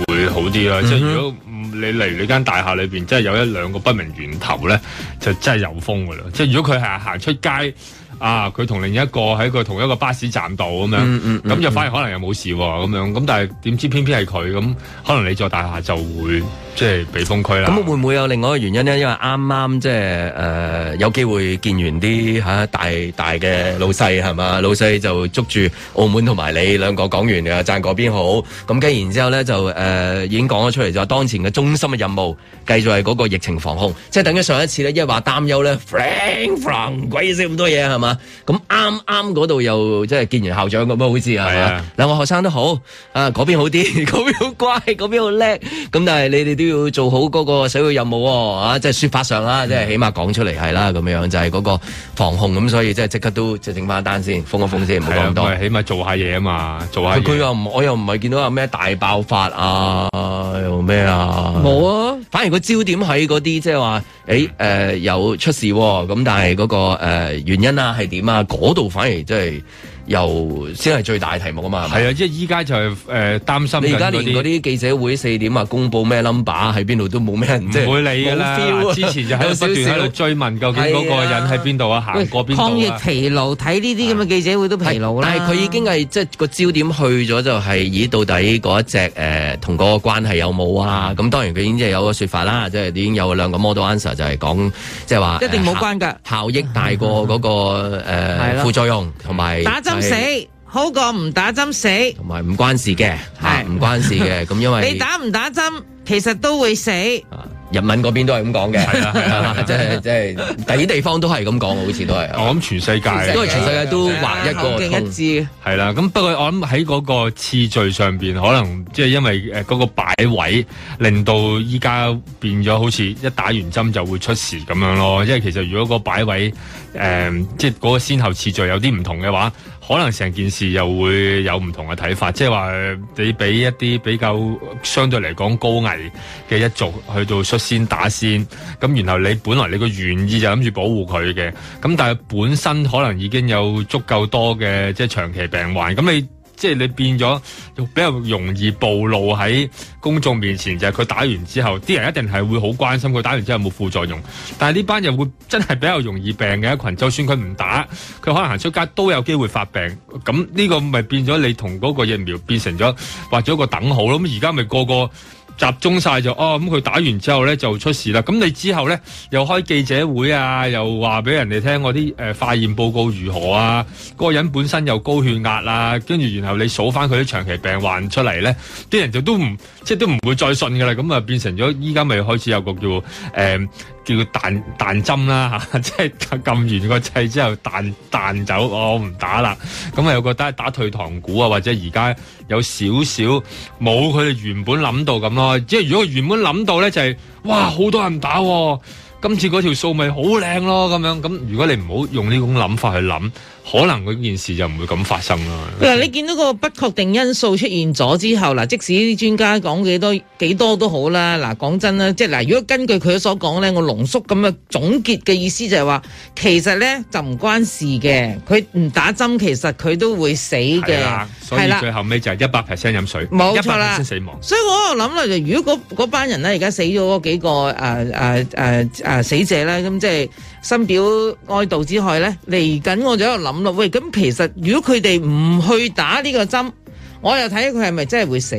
[SPEAKER 6] 會好啲
[SPEAKER 2] 嗯
[SPEAKER 6] 啦。即係如果唔你例如你間大廈裏邊真係有一兩個不明源頭咧，就真係有風噶啦。即係如果佢係行出街。啊！佢同另一個喺個同一個巴士站度咁樣，咁、
[SPEAKER 2] 嗯嗯嗯
[SPEAKER 6] 就反而可能又冇事喎咁樣。咁但係點知偏偏係佢咁，可能你座大廈就會即係被封區啦。
[SPEAKER 2] 咁會唔會有另外一個原因咧？因為啱啱即係誒有機會見完啲嚇、大大嘅老細係嘛，老細就捉住澳門同埋你兩個講完啊，讚嗰邊好。咁跟住然之後咧就誒、呃已經講咗出嚟，就話當前嘅中心嘅任務繼續係嗰個疫情防控，即係等於上一次咧，一話擔憂咧 f r a n f r a n 鬼死咁多嘢係嘛？咁啱啱嗰度又即係見完校長咁啊，好似係
[SPEAKER 6] 係
[SPEAKER 2] 嘛
[SPEAKER 6] 啊？
[SPEAKER 2] 兩個學生都好，啊嗰邊好啲， 嗰邊好乖，嗰邊好叻。咁但係你哋都要做好嗰個社會任務喎、啊，即係説法上啦，
[SPEAKER 6] 嗯
[SPEAKER 2] 即係起碼講出嚟係啦，咁樣就係嗰個防控咁，所以即係即刻都即係整翻單先，封一封先，唔好
[SPEAKER 6] 係
[SPEAKER 2] 講
[SPEAKER 6] 啊，
[SPEAKER 2] 咁
[SPEAKER 6] 咁
[SPEAKER 2] 多
[SPEAKER 6] 咪。起碼做下嘢啊嘛，做下
[SPEAKER 2] 佢佢
[SPEAKER 6] 嘢。
[SPEAKER 2] 又唔，我又唔係見到有咩大爆發啊，又咩啊？
[SPEAKER 4] 冇啊！
[SPEAKER 2] 反而個焦點喺嗰啲即係話，誒
[SPEAKER 6] 嗯
[SPEAKER 2] 誒有出事喎咁、但係嗰、個、呃、原因啊係點啊？嗰度反而即係又先係最大題目啊嘛。係咪
[SPEAKER 6] 係啊，即係依家就係誒擔心緊
[SPEAKER 2] 你而家連
[SPEAKER 6] 嗰啲
[SPEAKER 2] 嗰啲記者會四點啊，公佈咩 number 啊喺邊度都冇咩人，即係
[SPEAKER 6] 唔會理㗎啦
[SPEAKER 2] 冇 feel 啊
[SPEAKER 6] 之前就喺度
[SPEAKER 2] 有
[SPEAKER 6] 不斷
[SPEAKER 2] 少少
[SPEAKER 6] 喺度追問究竟嗰個人喺邊度啊行過邊度啊
[SPEAKER 4] 抗疫疲勞，睇呢啲咁嘅記者會都疲勞啦。
[SPEAKER 2] 但係佢已經係
[SPEAKER 4] 啊
[SPEAKER 2] 即係個焦點去咗，就係咦到底嗰一隻誒同嗰個關係有冇
[SPEAKER 4] 嗯
[SPEAKER 2] 啊？咁當然佢已經即係有個説法啦，即係已經有兩個 model answer 就係講即係話
[SPEAKER 4] 一定冇關
[SPEAKER 2] 㗎，效益大過 嗰個
[SPEAKER 4] 係
[SPEAKER 2] 誒
[SPEAKER 4] 啦
[SPEAKER 2] 副作用同埋
[SPEAKER 4] 打針死好過唔打針死，
[SPEAKER 2] 同埋唔關事嘅嚇，唔關事嘅咁因為 啊
[SPEAKER 4] 你打唔打針其實都會死。
[SPEAKER 2] 日文嗰邊都係咁講嘅，
[SPEAKER 6] 係啦係啦
[SPEAKER 2] 係嘛即係即係第啲地方都係咁講，好似都係。
[SPEAKER 6] 我諗全世界
[SPEAKER 2] 因為全世界都劃一個通
[SPEAKER 4] 係啊口徑一致
[SPEAKER 6] 係啦，咁不過呃我諗喺嗰個次序上邊，可能即係因為誒嗰個擺位，令到依家變咗好似一打完針就會出事呃咁樣咯。因為其實如果個擺位誒、即係嗰個先後次序有啲唔同嘅話，可能成件事又會有唔同嘅睇法，即係話呃你俾一啲比較相對嚟講高危嘅一族去到率先打先，咁然後你本來你個原意就諗住保護佢嘅，咁但係本身可能已經有足夠多嘅即係長期病患，咁你。即係你變咗比較容易暴露喺公眾面前，就係、佢打完之後，啲人一定係會好關心佢打完之後有冇副作用。但係呢班人會真係比較容易病嘅一群，就算佢唔打，佢可能行出街都有機會發病。咁呢個咪變咗你同嗰個疫苗變成咗畫咗一個等號咯。咁而家咪個個。集中晒就哦，咁佢打完之後咧就出事啦。咁你之後咧又開記者會啊，又話俾人哋聽我啲誒化驗報告如何啊，嗰、個人本身又高血壓啊，跟住然後你數翻佢啲長期病患出嚟咧，啲人就都唔即係都唔會再信噶啦。咁啊變成咗依家咪開始有個叫呃誒。叫彈彈針啦 嚇，即係撳完個掣之後彈彈走，我唔打啦。咁啊又覺得打退堂鼓啊，或者而家有少少冇佢哋原本諗到咁咯。即係如果佢原本諗到咧，就係、哇好多人打、喎，今次嗰條數咪好靚咯咁樣。咁如果你唔好用呢種諗法去諗，可能嗰件事就唔會咁發生啦。
[SPEAKER 4] 嗱，你見到個不確定因素出現咗之後，嗱，即使啲專家講幾多幾多都好啦，嗱，講真啦，即係嗱，如果根據佢所講咧，我濃縮咁嘅總結嘅意思就係話，其實咧就唔關事嘅，佢唔打針其實佢都會死嘅
[SPEAKER 6] 係啦，，所以最後尾就係一百 percent 飲水，
[SPEAKER 4] 冇
[SPEAKER 6] 一
[SPEAKER 4] 錯
[SPEAKER 6] 百
[SPEAKER 4] 啦
[SPEAKER 6] percent 死亡。
[SPEAKER 4] 所以我喺度諗咧，就如果嗰嗰班人咧而家死咗嗰幾個誒誒誒誒死者咧，咁即係深表哀悼之外咧，嚟緊我就喺度諗咯，喂，咁其實如果佢哋唔去打呢個針，我又睇佢係咪真係會死。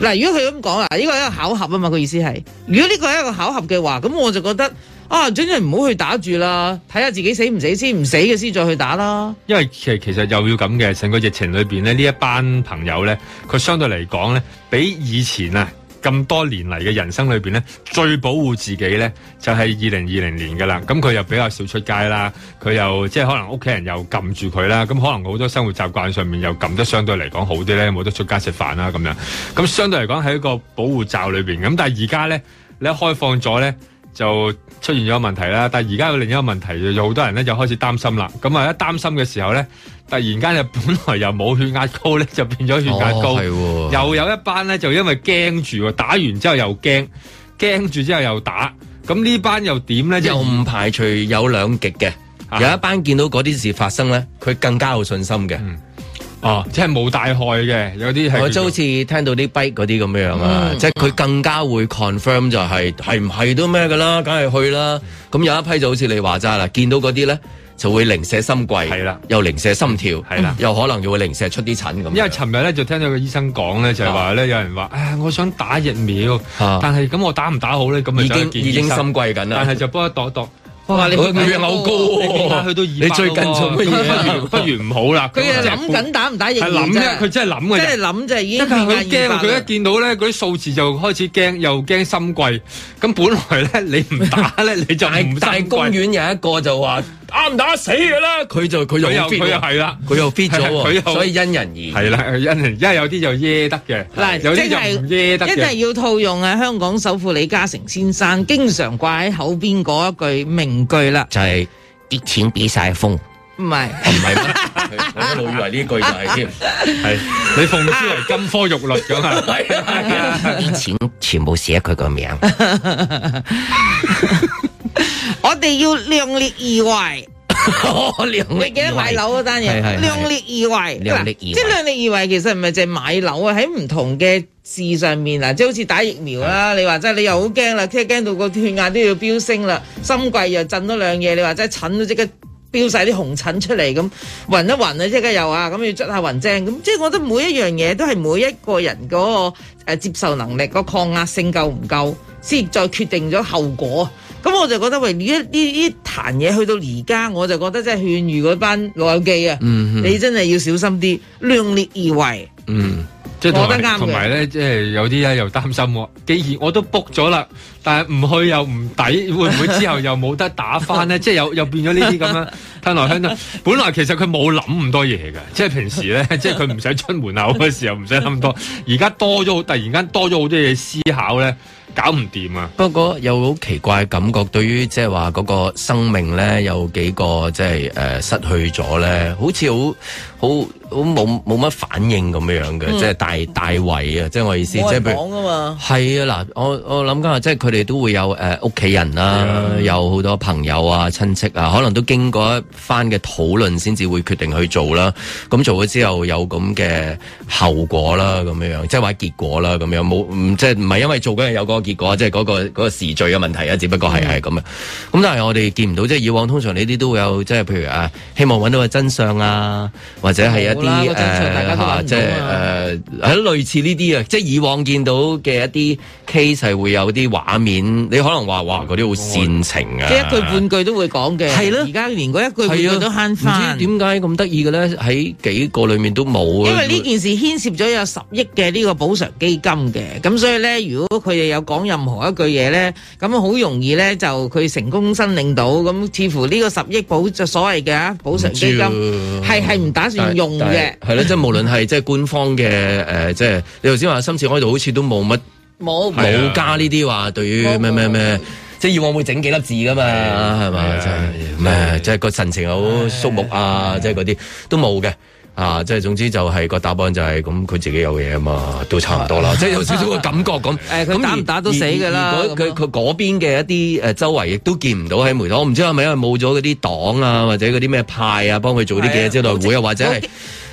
[SPEAKER 4] 嗱，如果佢咁講啊，呢個係一個巧合啊嘛，佢意思係，如果呢個係一個巧合嘅話，咁我就覺得啊，總之唔好去打住啦，睇下自己死唔死先，唔死嘅先再去打啦。
[SPEAKER 6] 因為其其實又要咁嘅，成個疫情裏邊咧，呢一班朋友咧，佢相對嚟講咧，比以前啊咁多年嚟嘅人生裏邊咧，最保護自己咧，就係二零二零年噶啦。咁佢又比較少出街啦，佢又即係可能屋企人又撳住佢啦，咁可能好多生活習慣上面又撳得相對嚟講好啲咧，冇得出街食飯啦咁樣。咁相對嚟講喺一個保護罩裏邊，咁但係而家咧，你一開放咗咧。就出現咗問題啦。但係而家有另一個問題，就好多人咧就開始擔心啦。咁啊，一擔心嘅時候咧，突然間就本來又冇血壓高咧，就變咗血壓高。
[SPEAKER 2] 哦係喎
[SPEAKER 6] 又有一班咧就因為驚住喎，打完之後又驚，驚住之後又打。咁呢班又點咧？
[SPEAKER 2] 又唔排除有兩極嘅，
[SPEAKER 6] 啊
[SPEAKER 2] 有一班見到嗰啲事發生咧，佢更加有信心嘅。
[SPEAKER 6] 哦，即係冇大害嘅，有啲係
[SPEAKER 2] 我即係好似聽到啲 bite 嗰啲咁樣啊，
[SPEAKER 6] 嗯
[SPEAKER 2] 即係佢更加會 confirm 就係係唔係都咩噶啦，梗係去啦。咁有一批就好似你話齋啦，見到嗰啲咧就會零舍心悸，係啦，又零舍心跳，係啦，又可能又會零舍出啲疹咁。
[SPEAKER 6] 因為尋日咧就聽到個醫生講咧，就
[SPEAKER 2] 啊
[SPEAKER 6] 係話咧有人話，唉，我想打疫苗，但係咁我打唔打好咧？咁咪
[SPEAKER 2] 已
[SPEAKER 6] 就去
[SPEAKER 2] 經
[SPEAKER 6] 見
[SPEAKER 2] 已經
[SPEAKER 6] 醫生
[SPEAKER 2] 心悸緊啦
[SPEAKER 6] 但係就幫一度一度。
[SPEAKER 2] 哇你
[SPEAKER 6] 佢
[SPEAKER 2] 佢佢好高喎
[SPEAKER 6] 你點解去到二百
[SPEAKER 2] 你最近做乜嘢啊
[SPEAKER 6] 不如不如唔好啦。
[SPEAKER 4] 佢係諗緊打唔打疫苗
[SPEAKER 6] 係諗
[SPEAKER 4] 啫
[SPEAKER 6] 啫，佢真係諗嘅啫
[SPEAKER 4] 真係諗啫，已經
[SPEAKER 6] 但係佢
[SPEAKER 4] 變
[SPEAKER 6] 驚
[SPEAKER 4] 眼
[SPEAKER 6] 啊！佢一見到咧嗰啲數字就開始驚，又驚心悸。咁本來咧你唔打 咧你就唔
[SPEAKER 2] 但係公園有一個就話打唔打死㗎啦，佢就佢就
[SPEAKER 6] 佢又
[SPEAKER 2] 好 fit 喎
[SPEAKER 6] 佢又係啦，
[SPEAKER 2] 佢又 fit 咗喎
[SPEAKER 6] 佢又
[SPEAKER 2] 所以因人而
[SPEAKER 6] 係啦，因人因為有啲就耶得嘅，
[SPEAKER 4] 嗱，
[SPEAKER 6] 有啲
[SPEAKER 4] 即
[SPEAKER 6] 就
[SPEAKER 4] 係
[SPEAKER 6] 唔耶得
[SPEAKER 4] 一
[SPEAKER 6] 嘅
[SPEAKER 4] 定。要套用啊香港首富李嘉誠先生經常掛喺口邊嗰一句名句啦，
[SPEAKER 2] 就係啲錢俾晒風。
[SPEAKER 4] 唔係
[SPEAKER 2] 唔係咩？我一路以為呢句就係添，
[SPEAKER 6] 係你奉之為金科玉律 咁啊！係啊，
[SPEAKER 2] 啲錢全部寫佢個名。
[SPEAKER 4] 我哋要量力而 為。
[SPEAKER 2] 量力而為
[SPEAKER 4] 你記得買樓嗰單嘢
[SPEAKER 2] 係係，係
[SPEAKER 4] 量力而為。
[SPEAKER 2] 量力而為
[SPEAKER 4] 嗱即係量力而為，其實唔係淨係買樓啊，喺唔同嘅事上面啊，即係好似打疫苗啦，你話真係你又好驚啦，即係驚到個血壓都要飆升啦，心悸又震多兩嘢，你話真係疹都即刻。飆晒啲紅疹出嚟咁，暈一暈啊，即刻又啊，咁要捽下雲精咁，即係我覺得每一樣嘢都係每一個人嗰、個、呃、接受能力、個抗壓性夠唔夠，先再決定咗後果。咁我就覺得喂，呢一呢呢壇嘢去到而家，我就覺得真係勸喻嗰班老友記啊，
[SPEAKER 6] 嗯嗯
[SPEAKER 4] 你真係要小心啲，量力而為。
[SPEAKER 6] 嗯，即係
[SPEAKER 4] 我
[SPEAKER 6] 同
[SPEAKER 4] 覺得啱
[SPEAKER 6] 埋
[SPEAKER 4] 嘅
[SPEAKER 6] 同埋咧，即係有啲咧啊又擔心喎。既然我都 book 咗啦，但係唔去又唔抵，會唔會之後又冇得打翻 咧？即係又又變咗呢啲咁樣吞來吞去。本來其實佢冇諗咁多嘢嘅，即係平時 咧，即係佢唔使出門口嘅時候唔使諗咁多。而家多咗好，突然間多咗好多嘢思考咧。搞唔掂啊！
[SPEAKER 2] 不過有好奇怪嘅感覺，對於即係話嗰個生命咧，有幾個即係誒失去咗咧，好似好好好冇冇乜反應咁樣樣嘅，
[SPEAKER 4] 嗯
[SPEAKER 2] 即係大大位啊！即係我意思，即係譬如
[SPEAKER 4] 講啊嘛，
[SPEAKER 2] 係啊，嗱，我我諗緊啊，即係佢哋都會有誒屋企人啦，
[SPEAKER 4] 啊
[SPEAKER 2] 有好多朋友啊、親戚啊，可能都經過一番嘅討論先至會決定去做啦。咁做咗之後有咁嘅後果啦，咁樣樣，即係話結果啦，咁樣冇，唔即係唔係因為做嗰樣有嗰個結果，即係嗰個嗰個時序嘅問題啊，只不過
[SPEAKER 4] 嗯
[SPEAKER 2] 係係咁啊。咁但係我哋見唔到，即係以往通常呢啲都會有，即係譬如啊，希望揾到個真相啊，或者係一
[SPEAKER 4] 冇啦
[SPEAKER 2] 啲
[SPEAKER 4] 個真相大
[SPEAKER 2] 誒
[SPEAKER 4] 家都
[SPEAKER 2] 嚇
[SPEAKER 4] 揾唔
[SPEAKER 2] 即
[SPEAKER 4] 到
[SPEAKER 2] 係誒。
[SPEAKER 4] 啊
[SPEAKER 2] 誒喺呃類似呢啲啊，即係以往見到嘅一啲 case 係會有啲畫面，你可能話哇嗰啲好煽情啊，
[SPEAKER 4] 即係一句半句都會講嘅。係咯，而家連嗰一句半
[SPEAKER 2] 係啊
[SPEAKER 4] 句都
[SPEAKER 2] 唔
[SPEAKER 4] 慳翻
[SPEAKER 2] 知。點解咁得意嘅咧？喺幾個裡面都冇啊，
[SPEAKER 4] 因為呢件事牽涉咗有十億嘅呢個補償基金嘅，咁所以咧，如果佢哋有講任何一句嘢咧，咁好容易咧就佢成功申領到，咁似乎呢個十億補就所謂嘅啊補償基
[SPEAKER 2] 唔
[SPEAKER 4] 金
[SPEAKER 2] 知喎
[SPEAKER 4] 係係唔打算用嘅，
[SPEAKER 2] 係咯，即係無論係即係官方嘅誒、即係你頭先話深切開度好似都冇乜。
[SPEAKER 4] 冇
[SPEAKER 2] 冇加呢啲話對於咩咩咩，即係以往會整幾粒字噶嘛，
[SPEAKER 4] 啊
[SPEAKER 2] 係嘛？即係咩？即係個神情好肅穆啊，即係嗰啲都冇嘅。啊，即係總之就係個答案就係咁，佢自己有嘢啊嘛，都差唔多啦，即係有少少個感覺咁。
[SPEAKER 4] 啊 誒佢打唔打都死㗎啦啊
[SPEAKER 2] 而而而嗰佢佢嗰邊嘅一啲誒周圍亦都見唔到喺梅堂，我唔知係咪因為冇咗嗰啲黨啊，或者嗰啲咩派啊，幫佢做啲嘅招待會啊，或者係。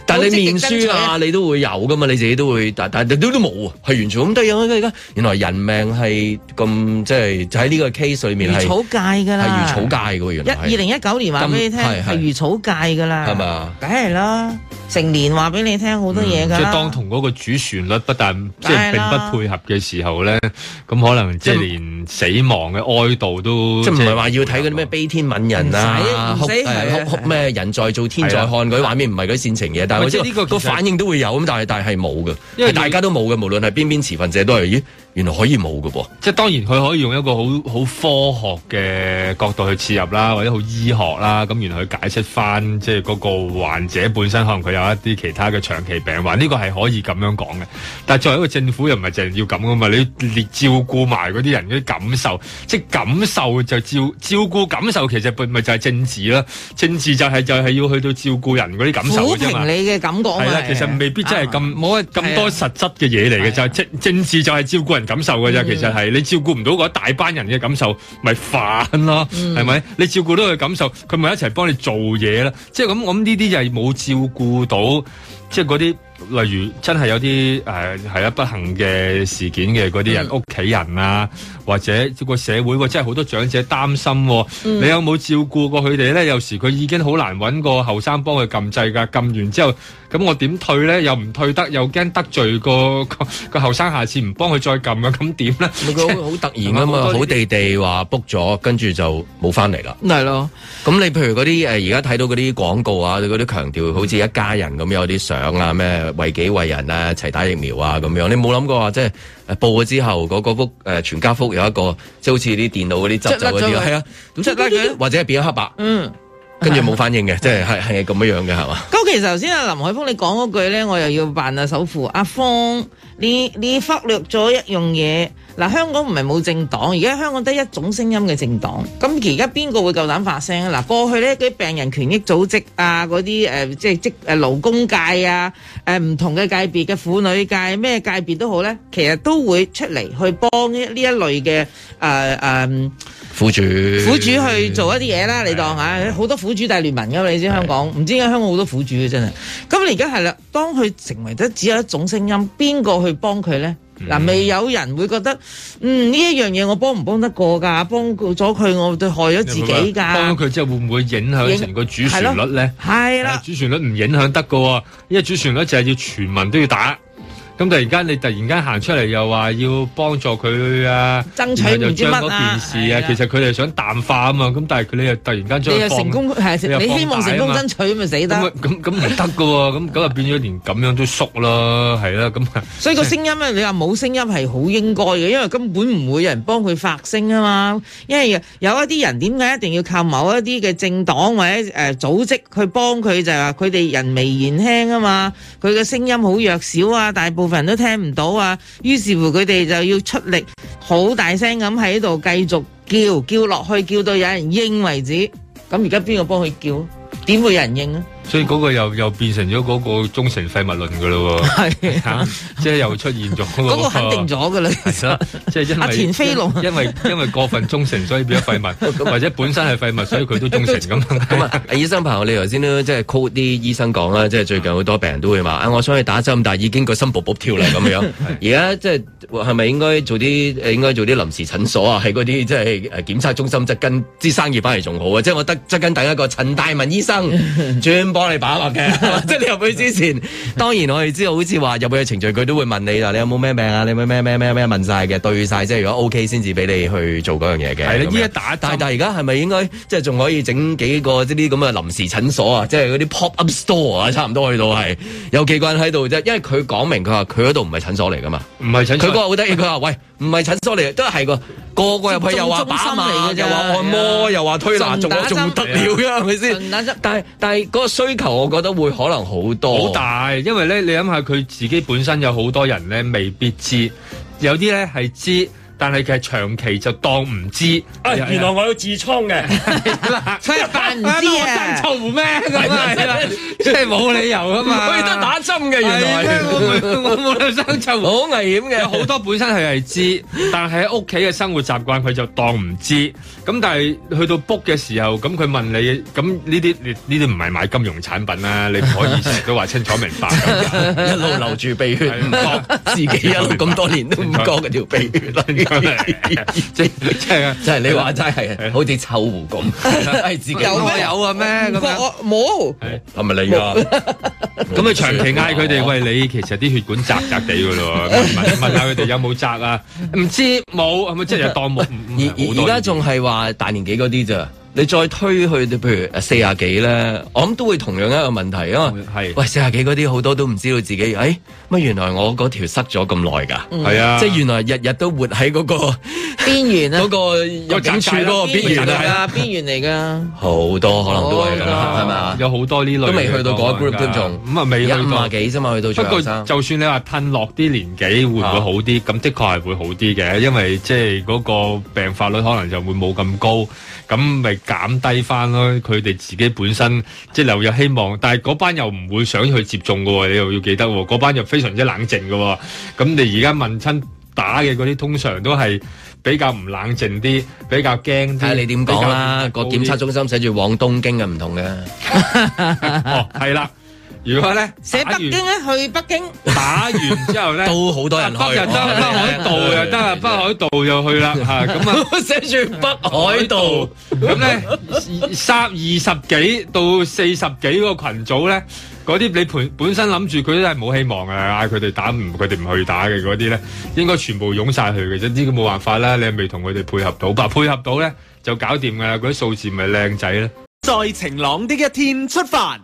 [SPEAKER 2] 但你面書啊，你都會有噶嘛，你自己都會，但但但都都冇喎，係完全咁得意啊！而家原來人命係咁，即係就喺呢個 case 裏面係
[SPEAKER 4] 魚草界㗎啦，
[SPEAKER 2] 係魚草界嘅喎，原
[SPEAKER 4] 一
[SPEAKER 2] 來
[SPEAKER 4] 二零一九年話俾你聽
[SPEAKER 2] 咁係係
[SPEAKER 4] 係魚草界㗎啦，
[SPEAKER 2] 係咪啊？
[SPEAKER 4] 梗係啦，成年話俾你聽好多嘢㗎啦。
[SPEAKER 6] 嗯即係當同嗰個主旋律不但即係並
[SPEAKER 4] 梗係啦
[SPEAKER 6] 不配合嘅時候咧，咁可能即係連死亡嘅哀悼都
[SPEAKER 2] 即係唔係話要睇嗰啲咩悲天憫人啊，
[SPEAKER 6] 唔
[SPEAKER 2] 哭
[SPEAKER 6] 使唔使係
[SPEAKER 2] 誒
[SPEAKER 6] 啊
[SPEAKER 2] 哭哭咩人在做天在看嗰啲畫面，唔係嗰啲煽情嘢，但係我
[SPEAKER 6] 喂
[SPEAKER 2] 知
[SPEAKER 6] 即係呢個
[SPEAKER 2] 道個
[SPEAKER 6] 其實
[SPEAKER 2] 反應都會有咁，但係但係係冇嘅，
[SPEAKER 6] 因為
[SPEAKER 2] 係大家都冇嘅，無論係邊邊持份者都係，咦，原來可以冇嘅噃。
[SPEAKER 6] 即係當然佢可以用一個好好科學嘅角度去切入啦，或者好醫學啦，咁然後去解釋翻即係嗰個患者本身可能佢有一啲其他嘅長期病患，呢、個係可以咁樣講嘅。但係作為一個政府又唔係淨係要咁噶嘛，你你照顧埋嗰啲人嗰啲感受，即係感受就照照顧感受，其實咪咪就係政治啦，政治就係、就係、要去到照顧人嗰啲感受嘅
[SPEAKER 4] 撫
[SPEAKER 6] 啫嘛
[SPEAKER 4] 平。你嘅感覺啊
[SPEAKER 6] 係
[SPEAKER 4] 嘛
[SPEAKER 6] 啦，，其實未必真係咁冇
[SPEAKER 4] 係啊啊
[SPEAKER 6] 咁多實質嘅嘢嚟嘅，就係政政治就係照顧人感受
[SPEAKER 4] 嗯
[SPEAKER 6] 嘅啫。其實係你照顧唔到嗰一大班人嘅感受，咪煩咯，
[SPEAKER 4] 嗯
[SPEAKER 6] 係咪？你照顧到佢感受，佢咪一齊幫你做嘢啦。即係咁，我諗呢啲就係冇照顧到，即係嗰啲例如真係有啲誒係啦不幸嘅事件嘅嗰啲人
[SPEAKER 2] 嗯
[SPEAKER 6] 屋企人啊，或者個社會喎，真係好多長者擔心喎。
[SPEAKER 3] 嗯
[SPEAKER 6] 你有冇照顧過佢哋咧？有時佢已經好難揾個後生幫佢撳掣㗎，撳完之後，咁我點退咧？又唔退得，又驚得罪個 個個後生，下次唔幫佢再撳啊，咁點咧？
[SPEAKER 2] 佢好好突然啊嘛，好地地話 book 咗，跟住就冇翻嚟啦。
[SPEAKER 4] 係咯，
[SPEAKER 2] 咁你譬如嗰啲誒而家睇到嗰啲廣告啊，嗰啲強調好似一家人咁有啲相啊，咩為己為人啊，一齊打疫苗啊咁樣，你冇諗過話即係誒報咗之後嗰嗰幅誒全家福有一個即係好似啲電腦嗰啲執走嗰
[SPEAKER 4] 執
[SPEAKER 2] 啲啊
[SPEAKER 4] 甩咗佢
[SPEAKER 2] 係啊，
[SPEAKER 4] 執甩佢
[SPEAKER 2] 或者係變咗黑白，
[SPEAKER 4] 嗯。
[SPEAKER 2] 跟住冇反應嘅，即係係係咁樣樣嘅係嘛？
[SPEAKER 4] 咁其實頭先阿林海峰你講嗰句咧，我又要扮啊首富阿方，你你忽略咗一樣嘢。嗱，香港唔係冇政黨，而家香港得一種聲音嘅政黨。咁而家邊個會夠膽發聲啊？嗱，過去咧嗰啲病人權益組織啊，嗰啲誒即係即誒勞工界啊，誒、唔同嘅界別嘅婦女界咩界別都好咧，其實都會出嚟去幫呢呢一類嘅誒誒。嗯
[SPEAKER 2] 苦主
[SPEAKER 4] 苦主去做一啲嘢啦，你當
[SPEAKER 6] 嗯
[SPEAKER 4] 嚇好多苦主大聯盟噶嘛，你知香港，唔知點解香港好多苦主嘅真係。咁你而家係啦，當佢成為得只有一種聲音，邊個去幫佢咧？
[SPEAKER 6] 嗯
[SPEAKER 4] 嗱，未有人會覺得，嗯呢一樣嘢我幫唔幫得過㗎？幫咗佢我對害咗自己㗎。
[SPEAKER 6] 幫咗佢之後會唔會影響成個主旋律咧？
[SPEAKER 4] 係
[SPEAKER 6] 啦，主旋律唔影響得噶喎，因為主旋律就係要全民都要打。咁突然間你突然間行出嚟又話要幫助佢啊，
[SPEAKER 4] 爭取
[SPEAKER 6] 然後就
[SPEAKER 4] 唔知乜
[SPEAKER 6] 將
[SPEAKER 4] 啊
[SPEAKER 6] 嗰件事啊
[SPEAKER 4] 係，啦
[SPEAKER 6] 其實佢哋想淡化啊嘛，咁但係佢哋又突然間將
[SPEAKER 4] 你又
[SPEAKER 6] 佢放
[SPEAKER 4] 成功
[SPEAKER 6] 你又
[SPEAKER 4] 係
[SPEAKER 6] 放
[SPEAKER 4] 你希望
[SPEAKER 6] 大啊
[SPEAKER 4] 成功
[SPEAKER 6] 嘛
[SPEAKER 4] 爭取咪死
[SPEAKER 6] 咁
[SPEAKER 4] 得
[SPEAKER 6] 啊，咁咁唔得噶喎，咁咁啊變咗連咁樣都縮啦，係啦，咁啊
[SPEAKER 4] 所以個聲音咧，你話冇聲音係好應該嘅，因為根本唔會有人幫佢發聲啊嘛。因為有一啲人點解一定要靠某一啲嘅政黨或者誒、呃、組織去幫佢，就係話佢哋人微言輕啊嘛，佢嘅聲音好弱小啊，大部部分人都聽唔到啊。於是乎佢哋就要出力，好大聲咁喺度繼續叫，叫落去，叫到有人應為止。咁而家邊個幫佢叫？點會有人應啊？
[SPEAKER 6] 所以嗰個又又變成咗嗰個忠誠廢物論噶咯喎，
[SPEAKER 4] 係啊
[SPEAKER 6] 嚇，即係又出現咗嗰
[SPEAKER 4] 嗰個肯定咗噶啦，
[SPEAKER 6] 係啦，即係因為
[SPEAKER 4] 阿田飛龍啊
[SPEAKER 6] 因因為因為過分忠誠，所以變咗廢 物，或者本身係廢物，所以佢都忠誠咁
[SPEAKER 2] 咁啊，醫生朋友，你頭先都即係 call 啲醫生講啦，即係最近好多病人都會話啊，我想去打針，但係已經個心卜卜跳啦咁樣。而家即係係咪應該做啲誒應該做啲臨時診所啊？喺嗰啲即係誒檢測中心側跟啲生意翻嚟仲好啊！即係我得側跟第一個陳大文醫生專幫你把脈嘅，即係你入去之 前，當然我哋知道好似話入去嘅程序，佢都會問你啦，你有冇咩病啊？你有冇咩咩咩咩問晒嘅，對晒即係如果 OK 先至俾你去做嗰樣嘢
[SPEAKER 6] 係
[SPEAKER 2] 嘅。
[SPEAKER 6] 啦
[SPEAKER 2] 咁樣
[SPEAKER 6] 依家打
[SPEAKER 2] 但但而家係咪應該即係仲可以整幾個呢啲咁嘅臨時診所啊？即係嗰啲 pop up store 啊，差唔多去到係有幾個人喺度啫。因為佢講明佢話佢嗰度唔係診所嚟噶嘛，
[SPEAKER 6] 唔係診
[SPEAKER 2] 佢嗰個好得意，佢話喂唔係診所嚟，都係個個個入去又話把
[SPEAKER 4] 嚟
[SPEAKER 2] 脈，
[SPEAKER 4] 嘅啫
[SPEAKER 2] 又話按摩，
[SPEAKER 4] 係啊
[SPEAKER 2] 又話推拿，仲
[SPEAKER 4] 順打針
[SPEAKER 2] 仲得了㗎係咪先？但係但係嗰個需求，我覺得會可能好多，
[SPEAKER 6] 好大，因為咧，你諗下佢自己本身有好多人咧，未必知，有啲咧係知，但係佢係長期就當唔知。
[SPEAKER 14] 啊，原來我有痔瘡嘅，
[SPEAKER 4] 佢係扮唔知啊，
[SPEAKER 6] 臭咩咁啊係啦 即係冇理由㗎嘛
[SPEAKER 2] 佢得打針嘅原
[SPEAKER 6] 係
[SPEAKER 2] 來
[SPEAKER 6] 啊。我我冇理由生臭，
[SPEAKER 2] 好危險嘅。
[SPEAKER 6] 有好多本身係係知，但係喺屋企嘅生活習慣佢就當唔知。咁但係去到 book 嘅時候，咁佢問你，咁呢啲你呢啲唔係買金融產品啦，你唔可以成日都話清楚明 白㗎。
[SPEAKER 2] 一路流住鼻血，
[SPEAKER 6] 唔覺
[SPEAKER 2] 自己一路咁多年都唔覺嗰條鼻血啦，即係
[SPEAKER 6] 即係
[SPEAKER 2] 即係你話齋係好似臭狐咁， 係自己
[SPEAKER 4] 有咩
[SPEAKER 2] 我有啊咩咁樣
[SPEAKER 4] 我冇。
[SPEAKER 2] 係咪你啊㗎？
[SPEAKER 6] 咁你長期嗌佢哋喂，你其實啲血管窄窄地嘅咯，問問下佢哋有冇窄啊？唔知冇，係咪即係當冇？
[SPEAKER 2] 而而而家仲係話大年紀嗰啲咋？你再推去，譬如四廿幾咧，我諗都會同樣一個問題啊。係喂，四廿幾嗰啲好多都唔知道自己，誒、哎、乜原來我嗰條塞咗咁耐㗎，
[SPEAKER 4] 嗯係啊
[SPEAKER 2] 即係原來日日都活喺嗰、個
[SPEAKER 4] 邊緣啊，
[SPEAKER 2] 嗰個入境處嗰個邊緣啊
[SPEAKER 4] 啊，邊緣嚟㗎。
[SPEAKER 2] 好多可能都係㗎啦，係咪啊？
[SPEAKER 6] 有好多呢類
[SPEAKER 2] 都未去到嗰 group 都仲
[SPEAKER 6] 咁啊，未去到
[SPEAKER 2] 一五啊幾啫嘛，去到
[SPEAKER 6] 不
[SPEAKER 2] 最
[SPEAKER 6] 過
[SPEAKER 2] 後生
[SPEAKER 6] 就算你話褪落啲年紀會唔會好啲？咁的確係會好啲嘅，因為即係嗰個病發率可能就會冇咁高，咁咪減低翻咯。佢哋自己本身即係留有希望，但係嗰班又唔會想去接種嘅喎，你又要記得喎，嗰班又非常之冷靜嘅喎。咁你而家問親打嘅嗰啲，通常都係比較唔冷靜啲，比較驚啲。
[SPEAKER 2] 睇下你點
[SPEAKER 6] 比較
[SPEAKER 2] 講啦。個檢測中心寫住往東京嘅唔同嘅，
[SPEAKER 6] 哦，係啦。如果咧
[SPEAKER 4] 寫
[SPEAKER 6] 打完
[SPEAKER 4] 北京咧，去北京。
[SPEAKER 6] 打完之後咧，
[SPEAKER 2] 都好多人去
[SPEAKER 6] 北 又得，
[SPEAKER 2] 我
[SPEAKER 6] 北海道又得， 北海道又 去啦嚇，咁啊
[SPEAKER 2] 寫住北海道，
[SPEAKER 6] 咁咧三二十幾到四十幾個群組咧。嗰啲你本本身諗住佢都係冇希望嘅，嗌佢哋打唔，佢哋唔去打嘅嗰啲咧，應該全部湧晒去嘅啫。呢個冇辦法啦，你係未同佢哋配合到，但配合到咧就搞掂㗎啦。嗰啲數字咪靚仔咧。
[SPEAKER 5] 在晴朗的一天出發。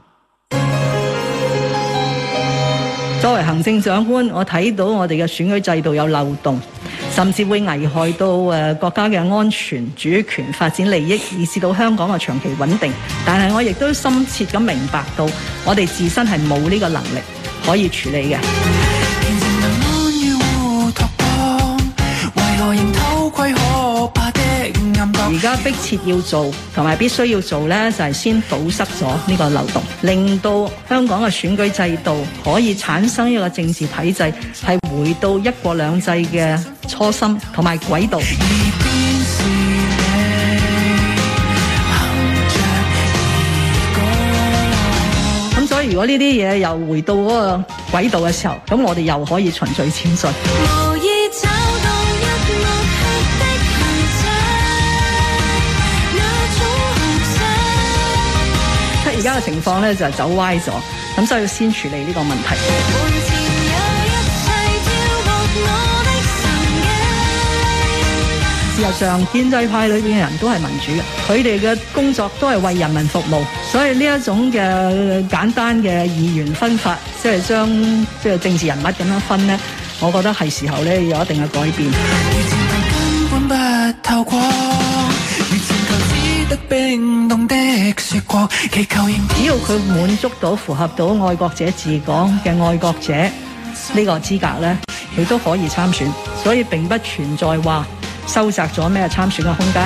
[SPEAKER 15] 作為行政長官，我睇到我哋嘅選舉制度有漏洞，甚至會危害到誒、呃國家嘅安全、主權、發展利益，以至到香港嘅長期穩定。但係我亦都深切咁明白到，我哋自身係冇呢個能力可以處理嘅。而家迫切要做同埋必須要做呢，就係、先堵塞咗呢個漏洞，令到香港嘅選舉制度可以產生一個政治體制，係回到一國兩制嘅初心同埋軌道。咁所以如果呢啲嘢又回到嗰個軌道嘅時候，咁我哋又可以循序漸進。
[SPEAKER 16] 無意找到一抹黑的痕跡，那種痕跡。
[SPEAKER 15] 而家嘅情況咧就係走歪咗，咁所以要先處理呢個問題。
[SPEAKER 16] 門前有一切漂泊我的神經。
[SPEAKER 15] 事實上，建制派裏邊嘅人都係民主嘅，佢哋嘅工作都係為人民服務，所以呢一種嘅簡單嘅議員分法，即係將即係政治人物咁樣分呢，我覺得係時候咧有一定嘅改變。
[SPEAKER 16] 根本不透光，如前頭只得冰凍的雪光，祈求仍
[SPEAKER 15] 只要佢滿足到符合到愛國者治港嘅愛國者呢個資格呢，佢都可以參選，所以並不存在話收窄咗咩參選嘅空間。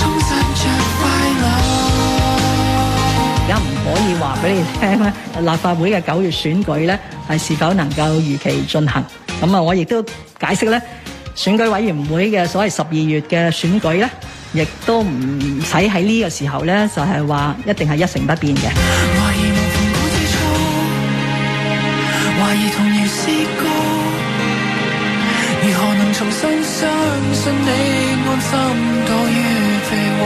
[SPEAKER 16] 冲散着快
[SPEAKER 15] 而家唔可以話俾你聽咧，立法會嘅九月選舉呢係是否能夠如期進行？咁啊，我亦都解釋呢，選舉委員會嘅所謂十二月嘅選舉呢，亦都唔使喺呢個時候呢，就係話一定係一成不變嘅。
[SPEAKER 16] 懷疑無從估之初，懷疑同如試過，如何能重新相信你安心躲於被窩？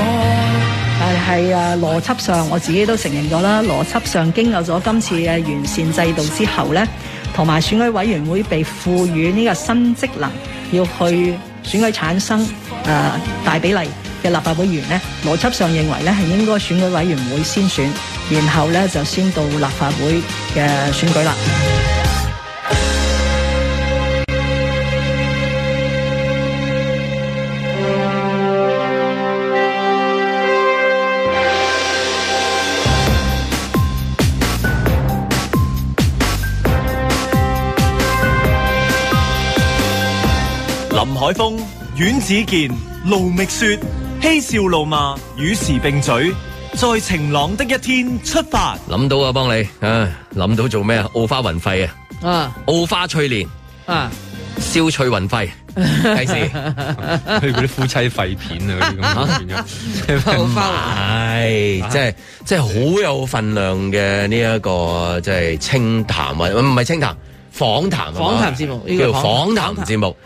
[SPEAKER 15] 但係啊，邏輯上我自己都承認咗啦，邏輯上經過咗今次嘅完善制度之後呢，同埋選舉委員會被賦予呢個新職能，要去選舉產生誒、呃大比例嘅立法會議員呢，邏輯上認為呢係應該選舉委員會先選，然後呢就先到立法會嘅選舉啦。
[SPEAKER 1] 林海峰、阮子健、卢觅雪，嬉笑怒骂，与时并举，在晴朗的一天出发。
[SPEAKER 2] 諗到啊，幫你啊，諗到做咩啊？澳花雲費啊，
[SPEAKER 4] 啊
[SPEAKER 2] 澳花翠蓮，
[SPEAKER 4] 啊，
[SPEAKER 2] 消翠雲費， 計時。
[SPEAKER 6] 去嗰啲夫妻肺片啊，嗰 啲咁
[SPEAKER 2] 唔
[SPEAKER 4] 啊
[SPEAKER 2] 係，即係即係好有份量嘅呢一個即係清談或唔係清談訪談啊嘛
[SPEAKER 4] 訪談節目呢個
[SPEAKER 2] 叫做
[SPEAKER 4] 訪
[SPEAKER 2] 訪談節目。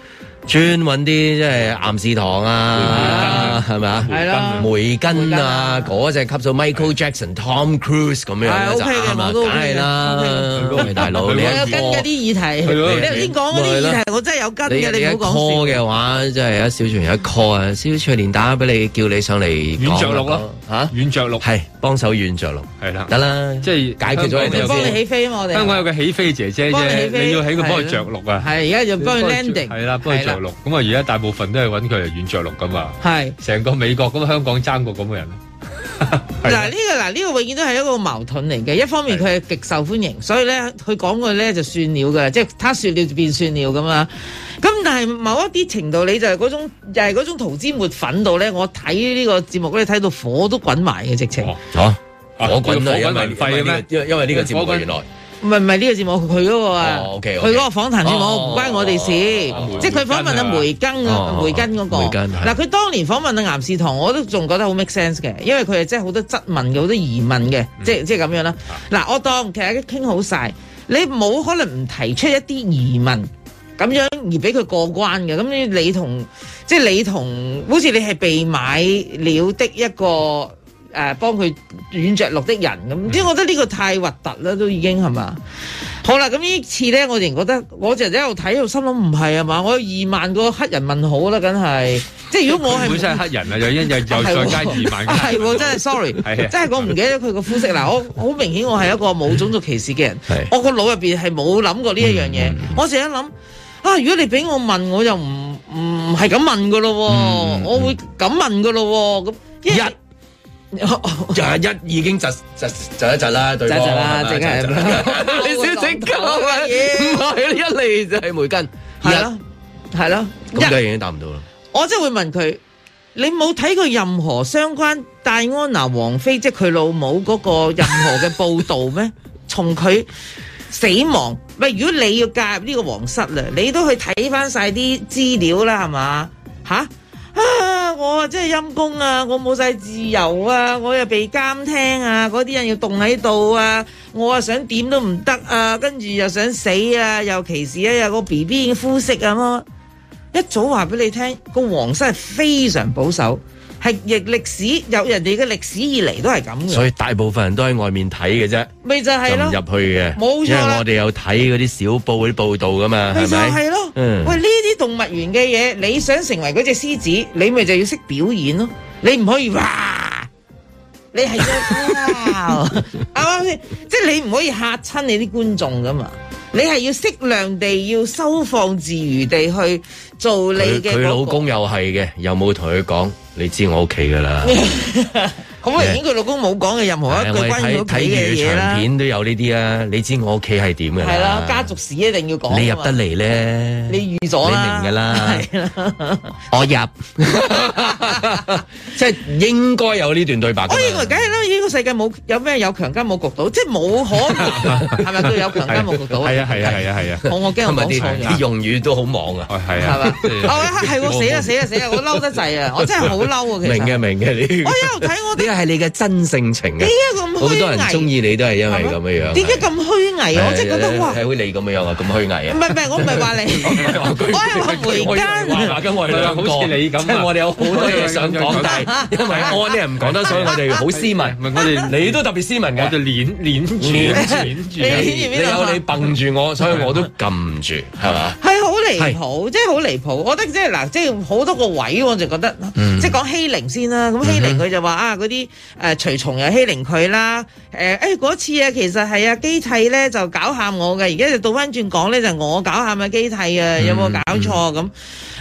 [SPEAKER 2] 專揾啲即係岩士堂啊，係咪啊？
[SPEAKER 4] 梅根啊
[SPEAKER 2] 梅根啊，嗰只級數 Michael Jackson、Tom Cruise 咁樣
[SPEAKER 4] 係
[SPEAKER 2] 呢就
[SPEAKER 4] OK 嘅
[SPEAKER 2] 啱啦，
[SPEAKER 4] 我都
[SPEAKER 2] 梗
[SPEAKER 4] OK 嘅啊
[SPEAKER 2] 係啦，喂大佬，
[SPEAKER 4] 我
[SPEAKER 2] 你一
[SPEAKER 4] 有跟
[SPEAKER 2] 個
[SPEAKER 4] 嘅啲議題，
[SPEAKER 2] 係咯
[SPEAKER 4] 你頭先講嗰啲議題我真係有跟嘅，
[SPEAKER 2] 你
[SPEAKER 4] 你
[SPEAKER 2] 一
[SPEAKER 4] 唔好講
[SPEAKER 2] call
[SPEAKER 4] 笑。
[SPEAKER 2] 嘅話，即係有一小團有一 call 啊，小翠連打俾你，叫你上嚟
[SPEAKER 6] 軟着陸咯，
[SPEAKER 2] 嚇
[SPEAKER 6] 軟着陸
[SPEAKER 2] 係幫手軟着陸，
[SPEAKER 6] 係啦，
[SPEAKER 2] 得啦，
[SPEAKER 6] 即係
[SPEAKER 2] 解決咗
[SPEAKER 6] 香港有
[SPEAKER 2] 你
[SPEAKER 6] 個
[SPEAKER 4] 幫你起飛嘛，啊我哋
[SPEAKER 6] 香港有個起飛姐姐
[SPEAKER 4] 幫你起
[SPEAKER 6] 啫，
[SPEAKER 4] 飛
[SPEAKER 6] 你要喺佢幫佢着陸啊。
[SPEAKER 4] 係而家就幫佢 landing，
[SPEAKER 6] 係啦，幫佢着陸。咁啊，而家大部分都係揾佢嚟軟着陸噶嘛。
[SPEAKER 4] 係
[SPEAKER 6] 成個美國咁，香港爭過咁嘅人。
[SPEAKER 4] 嗱呢個嗱呢個永遠都係一個矛盾嚟嘅，一方面佢係極受歡迎，所以咧佢講過咧就算了㗎，即係他説了就變算了咁嘛。咁但係某一啲程度你就係嗰種又係嗰種塗脂抹粉度咧，我睇呢個節目咧睇到火都滾埋嘅直情。
[SPEAKER 6] 哦
[SPEAKER 2] 嚇火滾
[SPEAKER 6] 呢個
[SPEAKER 2] 啊，因
[SPEAKER 6] 火滾
[SPEAKER 2] 為
[SPEAKER 6] 民費嘅咩
[SPEAKER 2] 因為因為呢個節目
[SPEAKER 6] 火滾
[SPEAKER 2] 原來
[SPEAKER 4] 唔係唔係呢個節目，佢嗰個啊，
[SPEAKER 2] 哦
[SPEAKER 4] 佢
[SPEAKER 2] ，OK，OK
[SPEAKER 4] 嗰個訪談節目唔關我哋事
[SPEAKER 2] 哦梅，
[SPEAKER 4] 即係佢訪問阿梅根啊
[SPEAKER 2] 哦，
[SPEAKER 4] 梅根嗰個。
[SPEAKER 2] 梅根係
[SPEAKER 4] 嗱，佢當年訪問阿岩士堂，我都仲覺得好 make sense 嘅，因為佢係真係好多質問嘅，好多疑問嘅，
[SPEAKER 2] 嗯
[SPEAKER 4] 即係即係咁樣啦。
[SPEAKER 2] 啊
[SPEAKER 4] 嗱，我當其實傾好晒，你冇可能唔提出一啲疑問。咁樣而俾佢過關嘅，咁你同即係你同，好似你係被買了的一個誒、呃、幫佢軟着陸的人
[SPEAKER 6] 嗯
[SPEAKER 4] 咁，即係我覺得呢個太核突啦，都已經係嘛？好啦，咁呢次咧，我仍覺得我就喺度睇，我心諗唔係啊嘛，我有二萬個黑人問號啦，梗係，即係如果我係
[SPEAKER 6] 本身係黑人啊， 又因又又再加二萬個
[SPEAKER 4] 係喎，真係 sorry，
[SPEAKER 6] 係啊
[SPEAKER 4] 真係我唔記得佢個膚色嗱，我好明顯我係一個冇種族歧視嘅人，我個腦入邊係冇諗過呢一樣
[SPEAKER 6] 嗯
[SPEAKER 4] 嘢，我成日諗啊，如果你俾我問，我又唔唔係咁問噶咯喎，我會咁問噶咯喎，咁因為
[SPEAKER 2] 就一已經窒窒窒一窒啦，對方
[SPEAKER 4] 窒一窒啦
[SPEAKER 2] 係咪窒一窒
[SPEAKER 4] 即刻
[SPEAKER 2] 你先整鳩啊！唔係一嚟就係梅根，
[SPEAKER 4] 係咯係咯，
[SPEAKER 2] 咁梗係已經答唔到啦。
[SPEAKER 4] 我真係會問佢：你冇睇過任何相關戴安娜王妃，即係佢老母嗰個任 何嘅報導咩？從佢死亡，喂，如果你要介入呢個皇室啦，你都去睇翻晒啲資料啦，係嘛？吓？啊！我啊真係陰公啊！我冇晒自由啊！我又被監聽啊！嗰啲人要凍喺度啊！我啊想點都唔得啊！跟住又想死啊！又歧視啊！有個 B B 嘅膚色啊！乜乜一早話俾你聽，個皇室係非常保守，係逆歷史有人哋嘅歷史以嚟都係咁嘅，
[SPEAKER 2] 所以大部分人都喺外面睇嘅啫，
[SPEAKER 4] 咪就係
[SPEAKER 2] 就唔
[SPEAKER 4] 咯，
[SPEAKER 2] 入去嘅。
[SPEAKER 4] 冇錯
[SPEAKER 2] 因為
[SPEAKER 4] 啦
[SPEAKER 2] 我哋有睇嗰啲小報嗰啲報道噶嘛，
[SPEAKER 4] 咪
[SPEAKER 2] 係
[SPEAKER 4] 就
[SPEAKER 2] 咪？
[SPEAKER 4] 係咯。
[SPEAKER 2] 嗯
[SPEAKER 4] 喂，呢啲動物園嘅嘢，你想成為嗰只獅子，你咪就要識表演咯，你唔可以哇！你 係要啱唔啱先？即係你唔可以嚇親你啲觀眾噶嘛。你係要適量地要收放自如地去做你
[SPEAKER 2] 佢
[SPEAKER 4] 嘅嗰個
[SPEAKER 2] 佢老公又係嘅，有冇同佢講？你知我屋企噶啦，
[SPEAKER 4] 好明顯佢老公冇講嘅任何一句
[SPEAKER 2] 啊我哋
[SPEAKER 4] 關於佢
[SPEAKER 2] 睇
[SPEAKER 4] 屋企
[SPEAKER 2] 睇
[SPEAKER 4] 嘅
[SPEAKER 2] 粵
[SPEAKER 4] 嘢
[SPEAKER 2] 語長
[SPEAKER 4] 啦，
[SPEAKER 2] 片都有呢啲啊，你知我屋企係點嘅
[SPEAKER 4] 係啦，家族史一定要講。
[SPEAKER 2] 你入得，嚟咧，
[SPEAKER 4] 你預咗啦，
[SPEAKER 2] 你明㗎啦
[SPEAKER 4] 係啦。
[SPEAKER 2] 我入， 即係應該有呢段對白㗎嘛。
[SPEAKER 4] 我認為梗係啦，呢個世界冇有咩有強姦冇焗到，即係冇 可能，係咪都有強姦冇焗到？
[SPEAKER 2] 係
[SPEAKER 6] 啊係啊係啊係啊
[SPEAKER 4] 我我驚我講錯
[SPEAKER 2] 啲
[SPEAKER 4] 咗。
[SPEAKER 2] 用語都好莽啊，
[SPEAKER 6] 係
[SPEAKER 4] 係嘛？ 哦，係喎，死啦死啦死啦！我嬲得滯 啊！我真係好嬲啊！其實
[SPEAKER 2] 明嘅明嘅，你
[SPEAKER 4] 我一路睇我
[SPEAKER 2] 呢個係你嘅真性情啊嘅
[SPEAKER 4] 點解咁虛偽
[SPEAKER 2] 好多人中意你都係因為咁樣樣。
[SPEAKER 4] 點解咁虛偽啊？我真係覺得哇！
[SPEAKER 2] 係會你咁樣啊，咁虛偽啊！
[SPEAKER 4] 唔係唔係，我唔係話你， 我係話梅根。
[SPEAKER 2] 咁我哋兩個
[SPEAKER 6] 好似你咁啊
[SPEAKER 2] 即係我哋有好多嘢想講，但係 因為我啲人唔講得，所以我哋好斯文。我哋你都特別斯文嘅，我哋攆攆 住
[SPEAKER 4] 攆住
[SPEAKER 2] 你有你蹦住我，所以我都撳唔住，係嘛？
[SPEAKER 4] 係好離譜，即係好離譜。我覺得即係嗱，即係好多個位我就覺得，
[SPEAKER 2] 嗯
[SPEAKER 4] 即係講欺凌先啦。咁欺凌佢就話啊，嗰啲誒隨從又欺凌佢啦。誒誒嗰次啊，其實係啊機替咧就搞喊我嘅，而家就倒翻轉講咧就我搞喊啊機替啊，
[SPEAKER 2] 嗯
[SPEAKER 4] 有冇搞錯咁？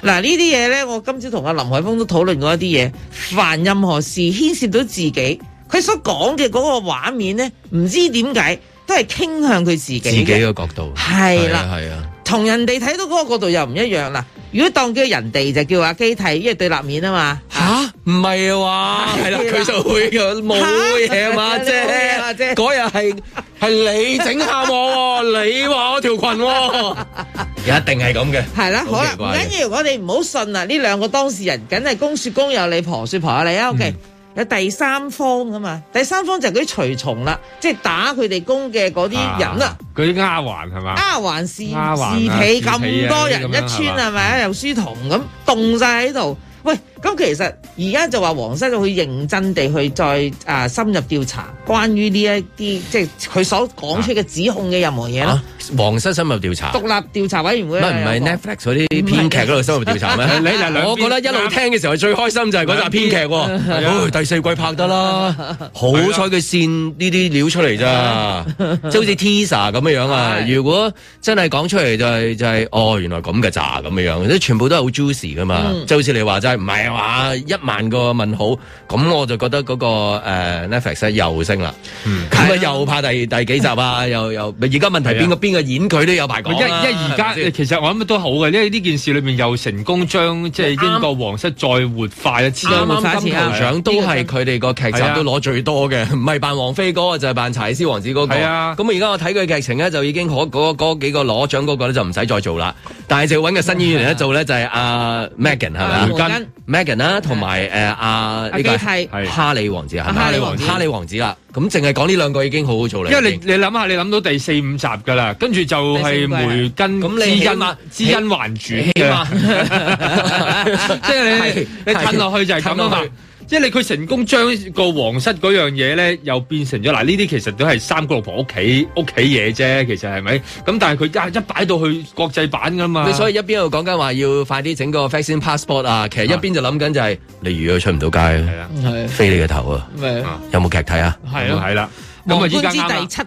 [SPEAKER 4] 嗱呢啲嘢咧，我今朝同阿林海峰都討論過一啲嘢，凡任何事牽涉到自己，佢所講嘅嗰個畫面咧，唔知點解都係傾向佢自己
[SPEAKER 2] 自己
[SPEAKER 4] 嘅
[SPEAKER 2] 嘅角度
[SPEAKER 4] 係啦
[SPEAKER 2] 係啊。
[SPEAKER 4] 同人哋睇到嗰個角度又唔一樣啦。如果當叫人哋就叫阿基替，因為對立面啊嘛。
[SPEAKER 2] 吓，唔係 啊嘛，係啦，佢就會嘅冇嘢 嘛啫
[SPEAKER 4] 冇嘢嘛，啫
[SPEAKER 2] 嗰日係係你整下我喎，你話我條裙喎， 一定係咁嘅，
[SPEAKER 4] 係啦，好啦
[SPEAKER 2] 奇，
[SPEAKER 4] 唔
[SPEAKER 2] 怪嘅
[SPEAKER 4] 緊要，我哋唔好信啦。呢兩個當事人，梗係公説公有理，婆説婆有理啊。OK，、有
[SPEAKER 2] 嗯
[SPEAKER 4] 第三方噶嘛？第三方就係嗰啲隨從啦，即係打佢哋工嘅嗰啲
[SPEAKER 2] 啊
[SPEAKER 6] 啊
[SPEAKER 4] 人啊啦。
[SPEAKER 6] 嗰啲丫鬟係嘛？
[SPEAKER 4] 丫鬟侍
[SPEAKER 6] 丫鬟啊
[SPEAKER 4] 侍
[SPEAKER 6] 侍婢
[SPEAKER 4] 婢咁
[SPEAKER 6] 啊
[SPEAKER 4] 多人
[SPEAKER 6] 呢啲
[SPEAKER 4] 一
[SPEAKER 6] 咁樣
[SPEAKER 4] 村
[SPEAKER 6] 係嘛
[SPEAKER 4] 係咪啊？又書童咁凍晒喺度。喂，咁其實而家就話黃生去認真地去再啊深入調查關於呢一啲即係佢所講出嘅指控嘅任何嘢啦
[SPEAKER 2] 啊。，皇室深入調查。
[SPEAKER 4] 獨立調查委員會啊
[SPEAKER 2] 乜唔係 Netflix 嗰啲編劇嗰度深入調 查咩？
[SPEAKER 4] 你嗱兩邊
[SPEAKER 2] 我覺得一路聽嘅時候最開心就係嗰集編劇
[SPEAKER 4] 兩邊
[SPEAKER 2] 喎，唉第四季拍得啦， 好彩佢線呢啲料出嚟 咋，即係好似 Tisa 咁樣樣啊！如果真係講出嚟就係就係哦，原來咁嘅咋咁樣樣，即係全部都係好 juicy 噶嘛，
[SPEAKER 6] 嗯
[SPEAKER 2] 即係好似你話齋唔係話一萬個問號，咁我就覺得嗰個誒 Netflix 呢又升啦，
[SPEAKER 6] 嗯
[SPEAKER 2] 咁啊又拍第第幾集啊，又又而家問題
[SPEAKER 6] 啊
[SPEAKER 2] 邊個邊個演佢都有排
[SPEAKER 6] 一
[SPEAKER 2] 講
[SPEAKER 6] 一
[SPEAKER 2] 啦
[SPEAKER 6] 而家
[SPEAKER 2] 係咪先
[SPEAKER 6] 其實我諗都好嘅，因為呢件事裏面又成功將即係英國皇室再活化一次，
[SPEAKER 2] 啱啱金球獎都係佢
[SPEAKER 6] 啊
[SPEAKER 2] 哋個劇集都攞最多嘅， 唔係扮王菲嗰個就係扮柴絲王子嗰個。
[SPEAKER 6] 係啊
[SPEAKER 2] 咁而家我睇佢劇情咧，就已經嗰嗰嗰幾個攞獎嗰個咧就唔使再做啦，但係就揾個新演員咧做咧就係阿 Megan 係咪啊
[SPEAKER 4] 梅根
[SPEAKER 2] Megan 啦，同埋誒阿呢
[SPEAKER 4] 啊阿
[SPEAKER 2] 個
[SPEAKER 4] 基蒂係
[SPEAKER 2] 哈利王子啊係咪
[SPEAKER 4] 哈利王子
[SPEAKER 2] 哈利王子啦，咁淨係講呢兩個已經好好做啦。
[SPEAKER 6] 因為你你諗下，你諗到第四五集㗎啦，跟住就係梅根
[SPEAKER 2] 咁你
[SPEAKER 6] 知
[SPEAKER 2] 起
[SPEAKER 6] 恩
[SPEAKER 2] 碼
[SPEAKER 6] 知恩還主
[SPEAKER 2] 起碼
[SPEAKER 6] 嘅， 即係你你褪落去就係咁啊嘛
[SPEAKER 2] 褪落去。
[SPEAKER 6] 即係你佢成功將個皇室嗰樣嘢咧，又變成咗嗱，呢啲其實都係三個老婆屋企屋企嘢啫，其實係咪？咁但係佢一一擺到去國際版㗎嘛。
[SPEAKER 2] 你所以一邊又講緊話要快啲整個 vaccine passport 啊，其實一邊就諗緊就係你如果出唔到街，
[SPEAKER 4] 係
[SPEAKER 2] 飛你個頭啊！
[SPEAKER 4] 咪
[SPEAKER 2] 有冇劇睇啊？
[SPEAKER 4] 係咯
[SPEAKER 6] 係啦。
[SPEAKER 4] 咁
[SPEAKER 6] 咁啊，啊
[SPEAKER 4] 啊，
[SPEAKER 6] 依家啱啦
[SPEAKER 4] 之
[SPEAKER 6] 第七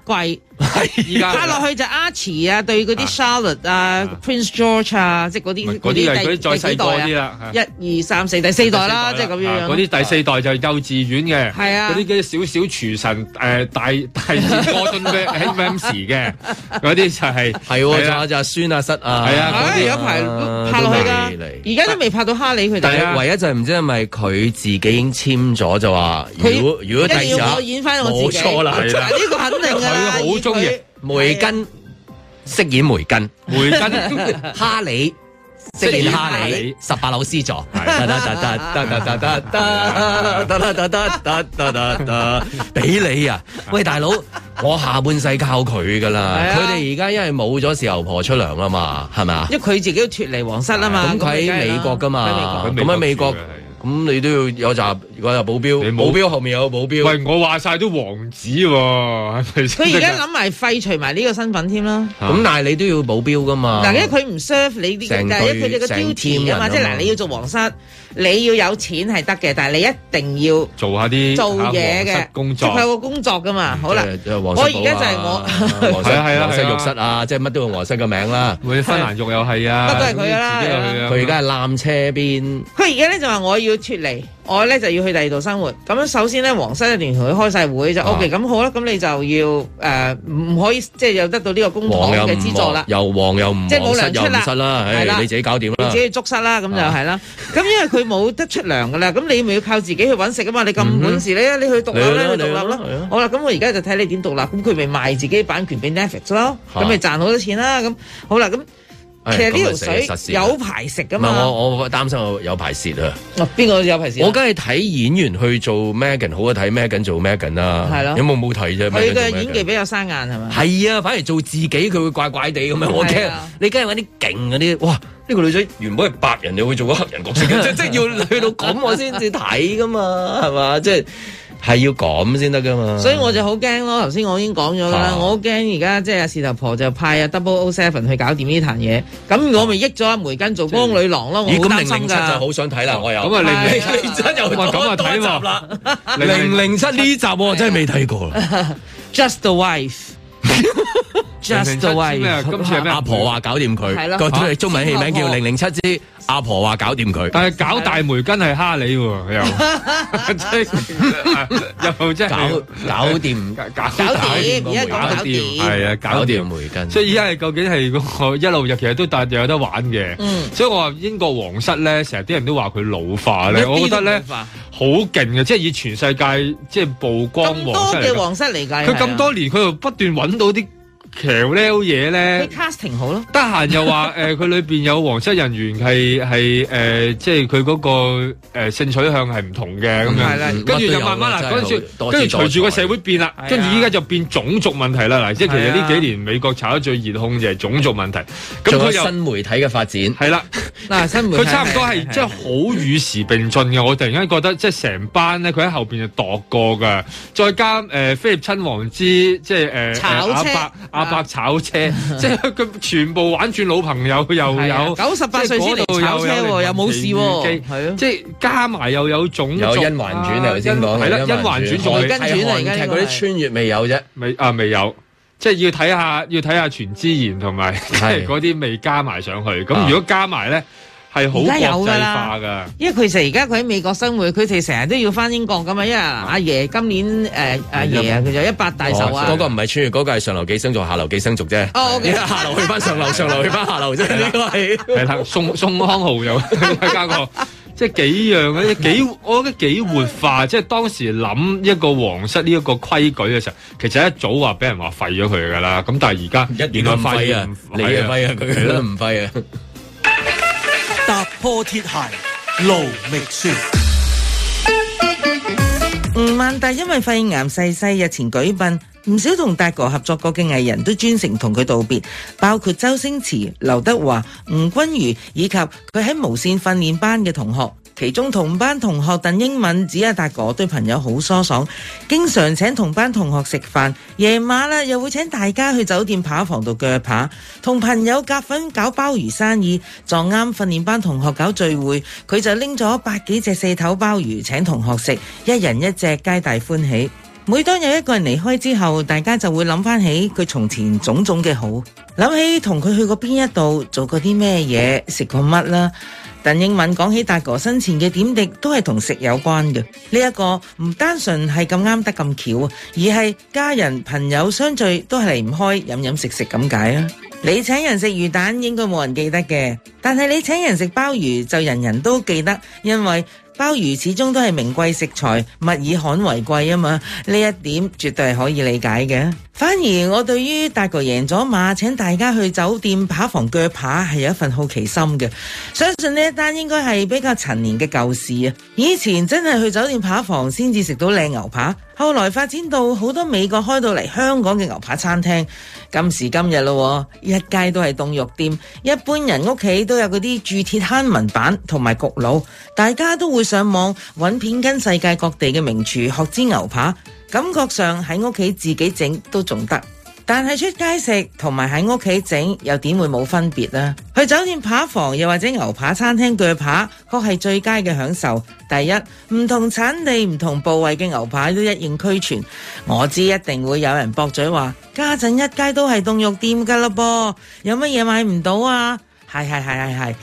[SPEAKER 6] 季，依家
[SPEAKER 4] 拍落去就 Archie 啊，對嗰啲 Charlotte 啊、Prince George 啊，即係嗰啲
[SPEAKER 6] 嗰啲係
[SPEAKER 4] 第
[SPEAKER 6] 嗰啲再
[SPEAKER 4] 第幾代啊
[SPEAKER 6] 細個啲啦
[SPEAKER 4] 一二三四第四代啦，即係咁樣樣
[SPEAKER 6] 啊嗰啲第四代就幼稚園嘅，
[SPEAKER 4] 係啊
[SPEAKER 6] 嗰啲嗰啲小小廚神誒大 大熱哥敦嘅 M M 時嘅，嗰啲就係
[SPEAKER 2] 係喎，仲有就孫啊、室啊，
[SPEAKER 6] 係啊嗰啲
[SPEAKER 4] 哎有排拍落去㗎
[SPEAKER 2] 嚟
[SPEAKER 4] 而家都未拍到哈利佢
[SPEAKER 2] 但
[SPEAKER 4] 哋
[SPEAKER 2] 係。唯一就係唔知係咪佢自己已經簽咗就話，
[SPEAKER 4] 佢
[SPEAKER 2] 如果如果第
[SPEAKER 4] 一定要我演翻我自
[SPEAKER 2] 冇
[SPEAKER 4] 己，
[SPEAKER 2] 錯 啦，啊
[SPEAKER 4] 呢個肯定㗎啦。
[SPEAKER 2] 佢好中意梅根飾演梅根，
[SPEAKER 6] 梅 根
[SPEAKER 2] 哈利。飾演哈利，十八樓 C 座，得得得得得得得得得得得得得得，俾你啊！喂，大佬，我下半世靠佢噶啦，佢哋而家因為冇咗時候婆出糧啦嘛，係 咪啊？
[SPEAKER 4] 因為佢自己都脱離皇室啦嘛，
[SPEAKER 2] 咁佢喺美國噶嘛，咁喺美國，咁你都要有集嗰集保鏢，保鏢後面有保鏢。
[SPEAKER 6] 喂，我話晒都王子喎，係啊咪先？
[SPEAKER 4] 佢而家諗埋廢除埋呢個身份添啦。
[SPEAKER 2] 咁但係你都要保鏢噶嘛？
[SPEAKER 4] 嗱，因為佢唔 serve 你啲
[SPEAKER 2] 啊成，
[SPEAKER 4] 但係因為佢
[SPEAKER 2] 隊
[SPEAKER 4] 哋嘅
[SPEAKER 2] 成
[SPEAKER 4] duty
[SPEAKER 2] team 人
[SPEAKER 4] 啊嘛，
[SPEAKER 2] 啊嘛
[SPEAKER 4] 即係嗱，你要做皇室，你要有錢係得嘅，但係你一定要
[SPEAKER 6] 做下啲
[SPEAKER 4] 做嘢
[SPEAKER 6] 下皇室
[SPEAKER 4] 嘅
[SPEAKER 6] 工作
[SPEAKER 4] 即係佢有個工作噶嘛。好啦，
[SPEAKER 2] 即係皇室
[SPEAKER 4] 我而家就係
[SPEAKER 2] 寶啊
[SPEAKER 4] 我，
[SPEAKER 2] 皇室
[SPEAKER 6] 係啊係啊
[SPEAKER 2] 皇室
[SPEAKER 6] 係啊
[SPEAKER 2] 浴室啊，即係乜都用皇室嘅名啦。
[SPEAKER 6] 會芬蘭肉又係啊，
[SPEAKER 4] 乜都係佢㗎啦
[SPEAKER 6] 自己又係啊
[SPEAKER 2] 佢而家係攬車邊，
[SPEAKER 4] 佢而家咧就話我要脱離，我咧就要去第二度生活。咁樣首先咧，皇室一連同佢開晒會就
[SPEAKER 2] 啊
[SPEAKER 4] OK，咁好啦，咁你就要誒唔、可以即係有得到呢個公
[SPEAKER 2] 黃
[SPEAKER 4] 帑
[SPEAKER 2] 又
[SPEAKER 4] 嘅資
[SPEAKER 2] 唔
[SPEAKER 4] 助啦
[SPEAKER 2] 黃，。又黃又唔
[SPEAKER 4] 即係
[SPEAKER 2] 黃
[SPEAKER 4] 冇
[SPEAKER 2] 室
[SPEAKER 4] 糧
[SPEAKER 2] 又
[SPEAKER 4] 出
[SPEAKER 2] 唔
[SPEAKER 4] 啦，
[SPEAKER 2] 室啦，唉
[SPEAKER 4] 係啦
[SPEAKER 2] 你自己搞掂
[SPEAKER 4] 你
[SPEAKER 2] 啦
[SPEAKER 4] 自。己去捉室啦，咁就係啦。咁因為佢冇得出糧噶啦，咁你咪要靠自己去揾食啊嘛。你咁本事咧，你去獨立
[SPEAKER 2] 你去啦
[SPEAKER 4] 啦，去
[SPEAKER 2] 你
[SPEAKER 4] 獨立
[SPEAKER 2] 去啦
[SPEAKER 4] 啦
[SPEAKER 2] 係啊。
[SPEAKER 4] 好啦，咁我而家就睇你點獨立，咁佢咪賣自己版權俾 Netflix 咯，
[SPEAKER 2] 嚇
[SPEAKER 4] 咁咪賺好多錢啦。咁好啦，咁
[SPEAKER 2] 唉
[SPEAKER 4] 其實
[SPEAKER 2] 哎
[SPEAKER 4] 呢
[SPEAKER 2] 咁
[SPEAKER 4] 條
[SPEAKER 2] 咪死實事
[SPEAKER 4] 水
[SPEAKER 2] 啦
[SPEAKER 4] 有排食噶
[SPEAKER 2] 啊唔係
[SPEAKER 4] 嘛。
[SPEAKER 2] 我我擔心我有排蝕啊！
[SPEAKER 4] 哦邊個有排食啊？
[SPEAKER 2] 我梗係睇演員去做 Megan 好啊過睇 Megan 做 Megan 啦。
[SPEAKER 4] 係咯
[SPEAKER 2] 有冇冇睇啫？
[SPEAKER 4] 佢
[SPEAKER 2] Meghan 做
[SPEAKER 4] 嘅演
[SPEAKER 2] Meghan
[SPEAKER 4] 技比較生硬係咪？
[SPEAKER 2] 係啊，反而做自己佢會怪怪地咁樣。我
[SPEAKER 4] 係
[SPEAKER 2] 驚
[SPEAKER 4] 啊
[SPEAKER 2] 你梗係揾啲勁嗰啲，哇！呢個女仔原本係白人，你會做個黑人角 色嘅，即即要去到咁我先至睇噶嘛，係嘛？即係係要咁先得噶嘛。
[SPEAKER 4] 所以我就好驚咯，頭先我已經講咗啦
[SPEAKER 2] 啊，
[SPEAKER 4] 我好驚而家即係阿士頭婆就派啊 Double O Seven 去搞掂呢壇嘢，咁我咪益咗阿梅根做光女郎咯，哦我好
[SPEAKER 2] 咦，咁
[SPEAKER 4] 擔
[SPEAKER 2] 零
[SPEAKER 4] 心
[SPEAKER 2] 零七就
[SPEAKER 4] 㗎。哦
[SPEAKER 2] 好想睇啦，我又
[SPEAKER 6] 咁啊零零
[SPEAKER 2] 零 七又
[SPEAKER 6] 哇咁啊睇喎
[SPEAKER 2] 啦，零零七呢集
[SPEAKER 4] 啊
[SPEAKER 2] 我真係未睇過啦。
[SPEAKER 4] Just the wife，Just
[SPEAKER 2] 就
[SPEAKER 4] the
[SPEAKER 6] 啊
[SPEAKER 4] wife，
[SPEAKER 2] 阿婆話搞掂
[SPEAKER 4] 係咯
[SPEAKER 2] 佢，個
[SPEAKER 4] 啊
[SPEAKER 2] 中文戲名叫
[SPEAKER 4] 阿
[SPEAKER 2] 《
[SPEAKER 4] 婆
[SPEAKER 2] 零零七之阿婆話搞掂佢》，
[SPEAKER 6] 但係搞大梅根係蝦你喎，又真係啊 又真係
[SPEAKER 2] 搞搞掂
[SPEAKER 6] 搞
[SPEAKER 4] 搞掂
[SPEAKER 6] 搞
[SPEAKER 4] 而家講搞掂
[SPEAKER 6] 係啊，
[SPEAKER 2] 搞
[SPEAKER 6] 搞
[SPEAKER 2] 掂
[SPEAKER 6] 掂
[SPEAKER 2] 梅根。
[SPEAKER 6] 所以依家係究竟係嗰個一路入，其實都但又有得玩嘅。
[SPEAKER 4] 嗯
[SPEAKER 6] 所以我話英國皇室咧，成日啲人都話佢老化
[SPEAKER 4] 一
[SPEAKER 6] 咧，
[SPEAKER 4] 啲都
[SPEAKER 6] 我覺得咧
[SPEAKER 4] 冇化
[SPEAKER 6] 好勁嘅，即係以全世界即係曝光
[SPEAKER 4] 咁
[SPEAKER 6] 皇
[SPEAKER 4] 多
[SPEAKER 6] 室嚟講，
[SPEAKER 4] 嘅皇室嚟啊計，
[SPEAKER 6] 佢咁多年佢又不斷揾到啲橋撩嘢咧
[SPEAKER 4] 佢。casting 好咯，
[SPEAKER 6] 得閒又話誒，佢、裏邊有皇室人員係係誒，即係佢嗰個誒、性取向係唔同嘅咁
[SPEAKER 2] 嗯係啦
[SPEAKER 6] 樣，跟住就慢慢啦，
[SPEAKER 2] 乜
[SPEAKER 6] 跟
[SPEAKER 2] 都有
[SPEAKER 6] 住
[SPEAKER 2] 多姿
[SPEAKER 6] 跟住
[SPEAKER 2] 多
[SPEAKER 6] 隨住個
[SPEAKER 2] 彩啊
[SPEAKER 6] 社會變啦，跟住依家就變種族問題啦。嗱，即係其實呢幾年美國炒得最熱控就係種族問題，咁
[SPEAKER 2] 仲
[SPEAKER 6] 佢
[SPEAKER 2] 有
[SPEAKER 6] 又
[SPEAKER 2] 新媒體嘅發展，
[SPEAKER 6] 係啦。
[SPEAKER 4] 嗱新梅
[SPEAKER 6] 佢差唔多係即係好與時並進嘅，我突然間覺得即係成班咧，佢喺後邊就度過㗎，再加誒、呃、菲臘親王之即係誒誒
[SPEAKER 4] 炒
[SPEAKER 6] 阿
[SPEAKER 4] 車啊
[SPEAKER 6] 伯阿伯炒 車，即係佢全部玩轉老朋友又
[SPEAKER 4] 係啊
[SPEAKER 6] 有
[SPEAKER 4] 98
[SPEAKER 6] 即係
[SPEAKER 4] 歲先嚟
[SPEAKER 6] 嗰度
[SPEAKER 4] 炒車喎
[SPEAKER 6] 有
[SPEAKER 4] 又冇事喎
[SPEAKER 6] 零零
[SPEAKER 4] 係啊
[SPEAKER 6] 即係加埋又有種
[SPEAKER 2] 有
[SPEAKER 6] 族
[SPEAKER 2] 甄嬛傳你
[SPEAKER 6] 啊
[SPEAKER 2] 頭先講
[SPEAKER 6] 係啦，甄嬛傳仲係
[SPEAKER 2] 係係韓劇嗰啲穿越未有啫，
[SPEAKER 6] 未啊未有。即係要睇下，要睇下全智賢同埋 即係嗰啲未加埋上去。咁
[SPEAKER 2] 啊
[SPEAKER 6] 如果加埋咧，係好
[SPEAKER 4] 而
[SPEAKER 6] 國
[SPEAKER 4] 家有㗎
[SPEAKER 6] 際
[SPEAKER 4] 啦
[SPEAKER 6] 化㗎。
[SPEAKER 4] 因為佢成而家佢喺美國生活，佢哋成日都要翻英國噶嘛，因為阿爺今年誒阿爺啊，佢就一百大壽啊
[SPEAKER 2] 哦嗰。個唔係穿越，嗰個係上流寄生族、下流寄生族啫。
[SPEAKER 4] 哦，OK
[SPEAKER 2] 下流去翻上流，上流去翻下流啫。呢個係
[SPEAKER 6] 係啦，宋宋康豪又 加個，即係幾樣嘅，幾我覺得幾活化。即係當時諗一個皇室呢一個規矩嘅時候，其實一早話俾人話廢咗佢㗎啦。咁但係而家
[SPEAKER 2] 原
[SPEAKER 6] 原
[SPEAKER 2] 來
[SPEAKER 6] 來
[SPEAKER 2] 唔
[SPEAKER 6] 發
[SPEAKER 2] 輝
[SPEAKER 6] 現
[SPEAKER 2] 啊
[SPEAKER 6] 唔，
[SPEAKER 2] 你啊輝啊，佢
[SPEAKER 6] 係
[SPEAKER 2] 都
[SPEAKER 6] 啦
[SPEAKER 2] 唔輝啊。
[SPEAKER 5] 踏破鐵鞋路未雪。
[SPEAKER 4] 吳萬達因為肺癌逝世日前舉殯，唔少同達哥合作過嘅藝人都專程同佢道別，包括周星馳、劉德華、吳君如以及佢喺無線訓練班嘅同學。其中同班同學鄧英敏指阿達哥對朋友好疏爽，經常請同班同學食飯，夜晚啦又會請大家去酒店扒房度鋸扒，同朋友夾份搞鮑魚生意，撞啱訓練班同學搞聚會，佢就拎咗百幾隻四頭鮑魚請同學食，一人一隻，皆大歡喜。每當有一個人離開之後，大家就會諗翻起佢從前種種嘅好，諗起同佢去過邊一度，做過啲咩嘢，食過乜啦。鄧英敏講起達哥生前嘅點滴，都係同食有關嘅。呢、一個唔單純係咁啱得咁巧啊，而係家人朋友相聚都係離唔開飲飲食食咁解啊。你請人食魚蛋應該冇人記得嘅，但係你請人食鮑魚就人人都記得，因為鮑魚始終都係名貴食材，物以罕為貴啊嘛，呢一點絕對係可以理解嘅。反而我對於達哥贏咗馬請大家去酒店扒房鋸扒係有一份好奇心嘅，相信呢一單應該係比較陳年嘅舊事啊。以前真係去酒店扒房先至食到靚牛扒，後來發展到好多美國開到嚟香港嘅牛扒餐廳，今時今日咯喎，一街都係凍肉店，一般人屋企都有嗰啲鑄鐵坑文板同埋焗爐，大家都會上網揾片跟世界各地嘅名廚學煎牛扒，感覺上喺屋企自己整都仲得。但係出街食同埋喺屋企整又點會冇分別呢？去酒店扒房又或者牛扒餐廳鋸扒，確係最佳嘅享受。第一，唔同產地、唔同部位嘅牛扒都一應俱全。我知一定會有人駁嘴話：家陣一街都係凍肉店㗎啦噃，有乜嘢買唔到啊？係係係係係，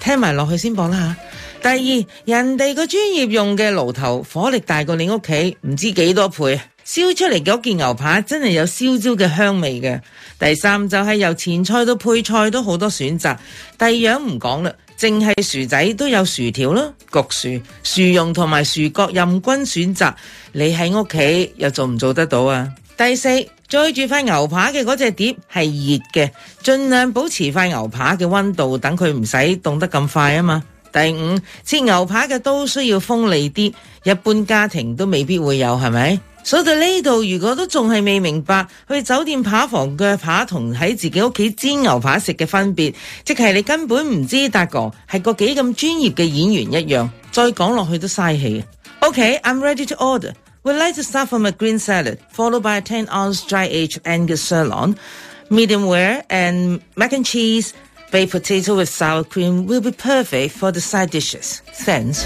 [SPEAKER 4] 聽埋落去先駁啦嚇。第二，人哋個專業用嘅爐頭火力大過你屋企，唔知幾多倍。燒出嚟嗰件牛扒真係有燒焦嘅香味嘅。第三就係、由前菜到配菜都好多選擇。第二樣唔講啦，淨係薯仔都有薯條啦、焗薯、薯蓉同埋薯角任君選擇。你喺屋企又做唔做得到啊？第四，載住塊牛扒嘅嗰隻碟係熱嘅，盡量保持塊牛扒嘅温度，等佢唔使凍得咁快啊嘛。第五，切牛扒嘅刀需要鋒利啲，一般家庭都未必會有，係咪？所以到呢度，如果都仲係未明白去酒店扒房嘅扒同喺自己屋企煎牛扒食嘅分別，即係你根本唔知達哥係個幾咁專業嘅演員一樣，再講落去都嘥氣。Okay, I'm ready to order. Would like to start from a green salad, followed by a 10 ounce dry aged Angus sirloin, medium rare, and mac and cheese. Baked potato with sour cream will be perfect for the side dishes. Thanks.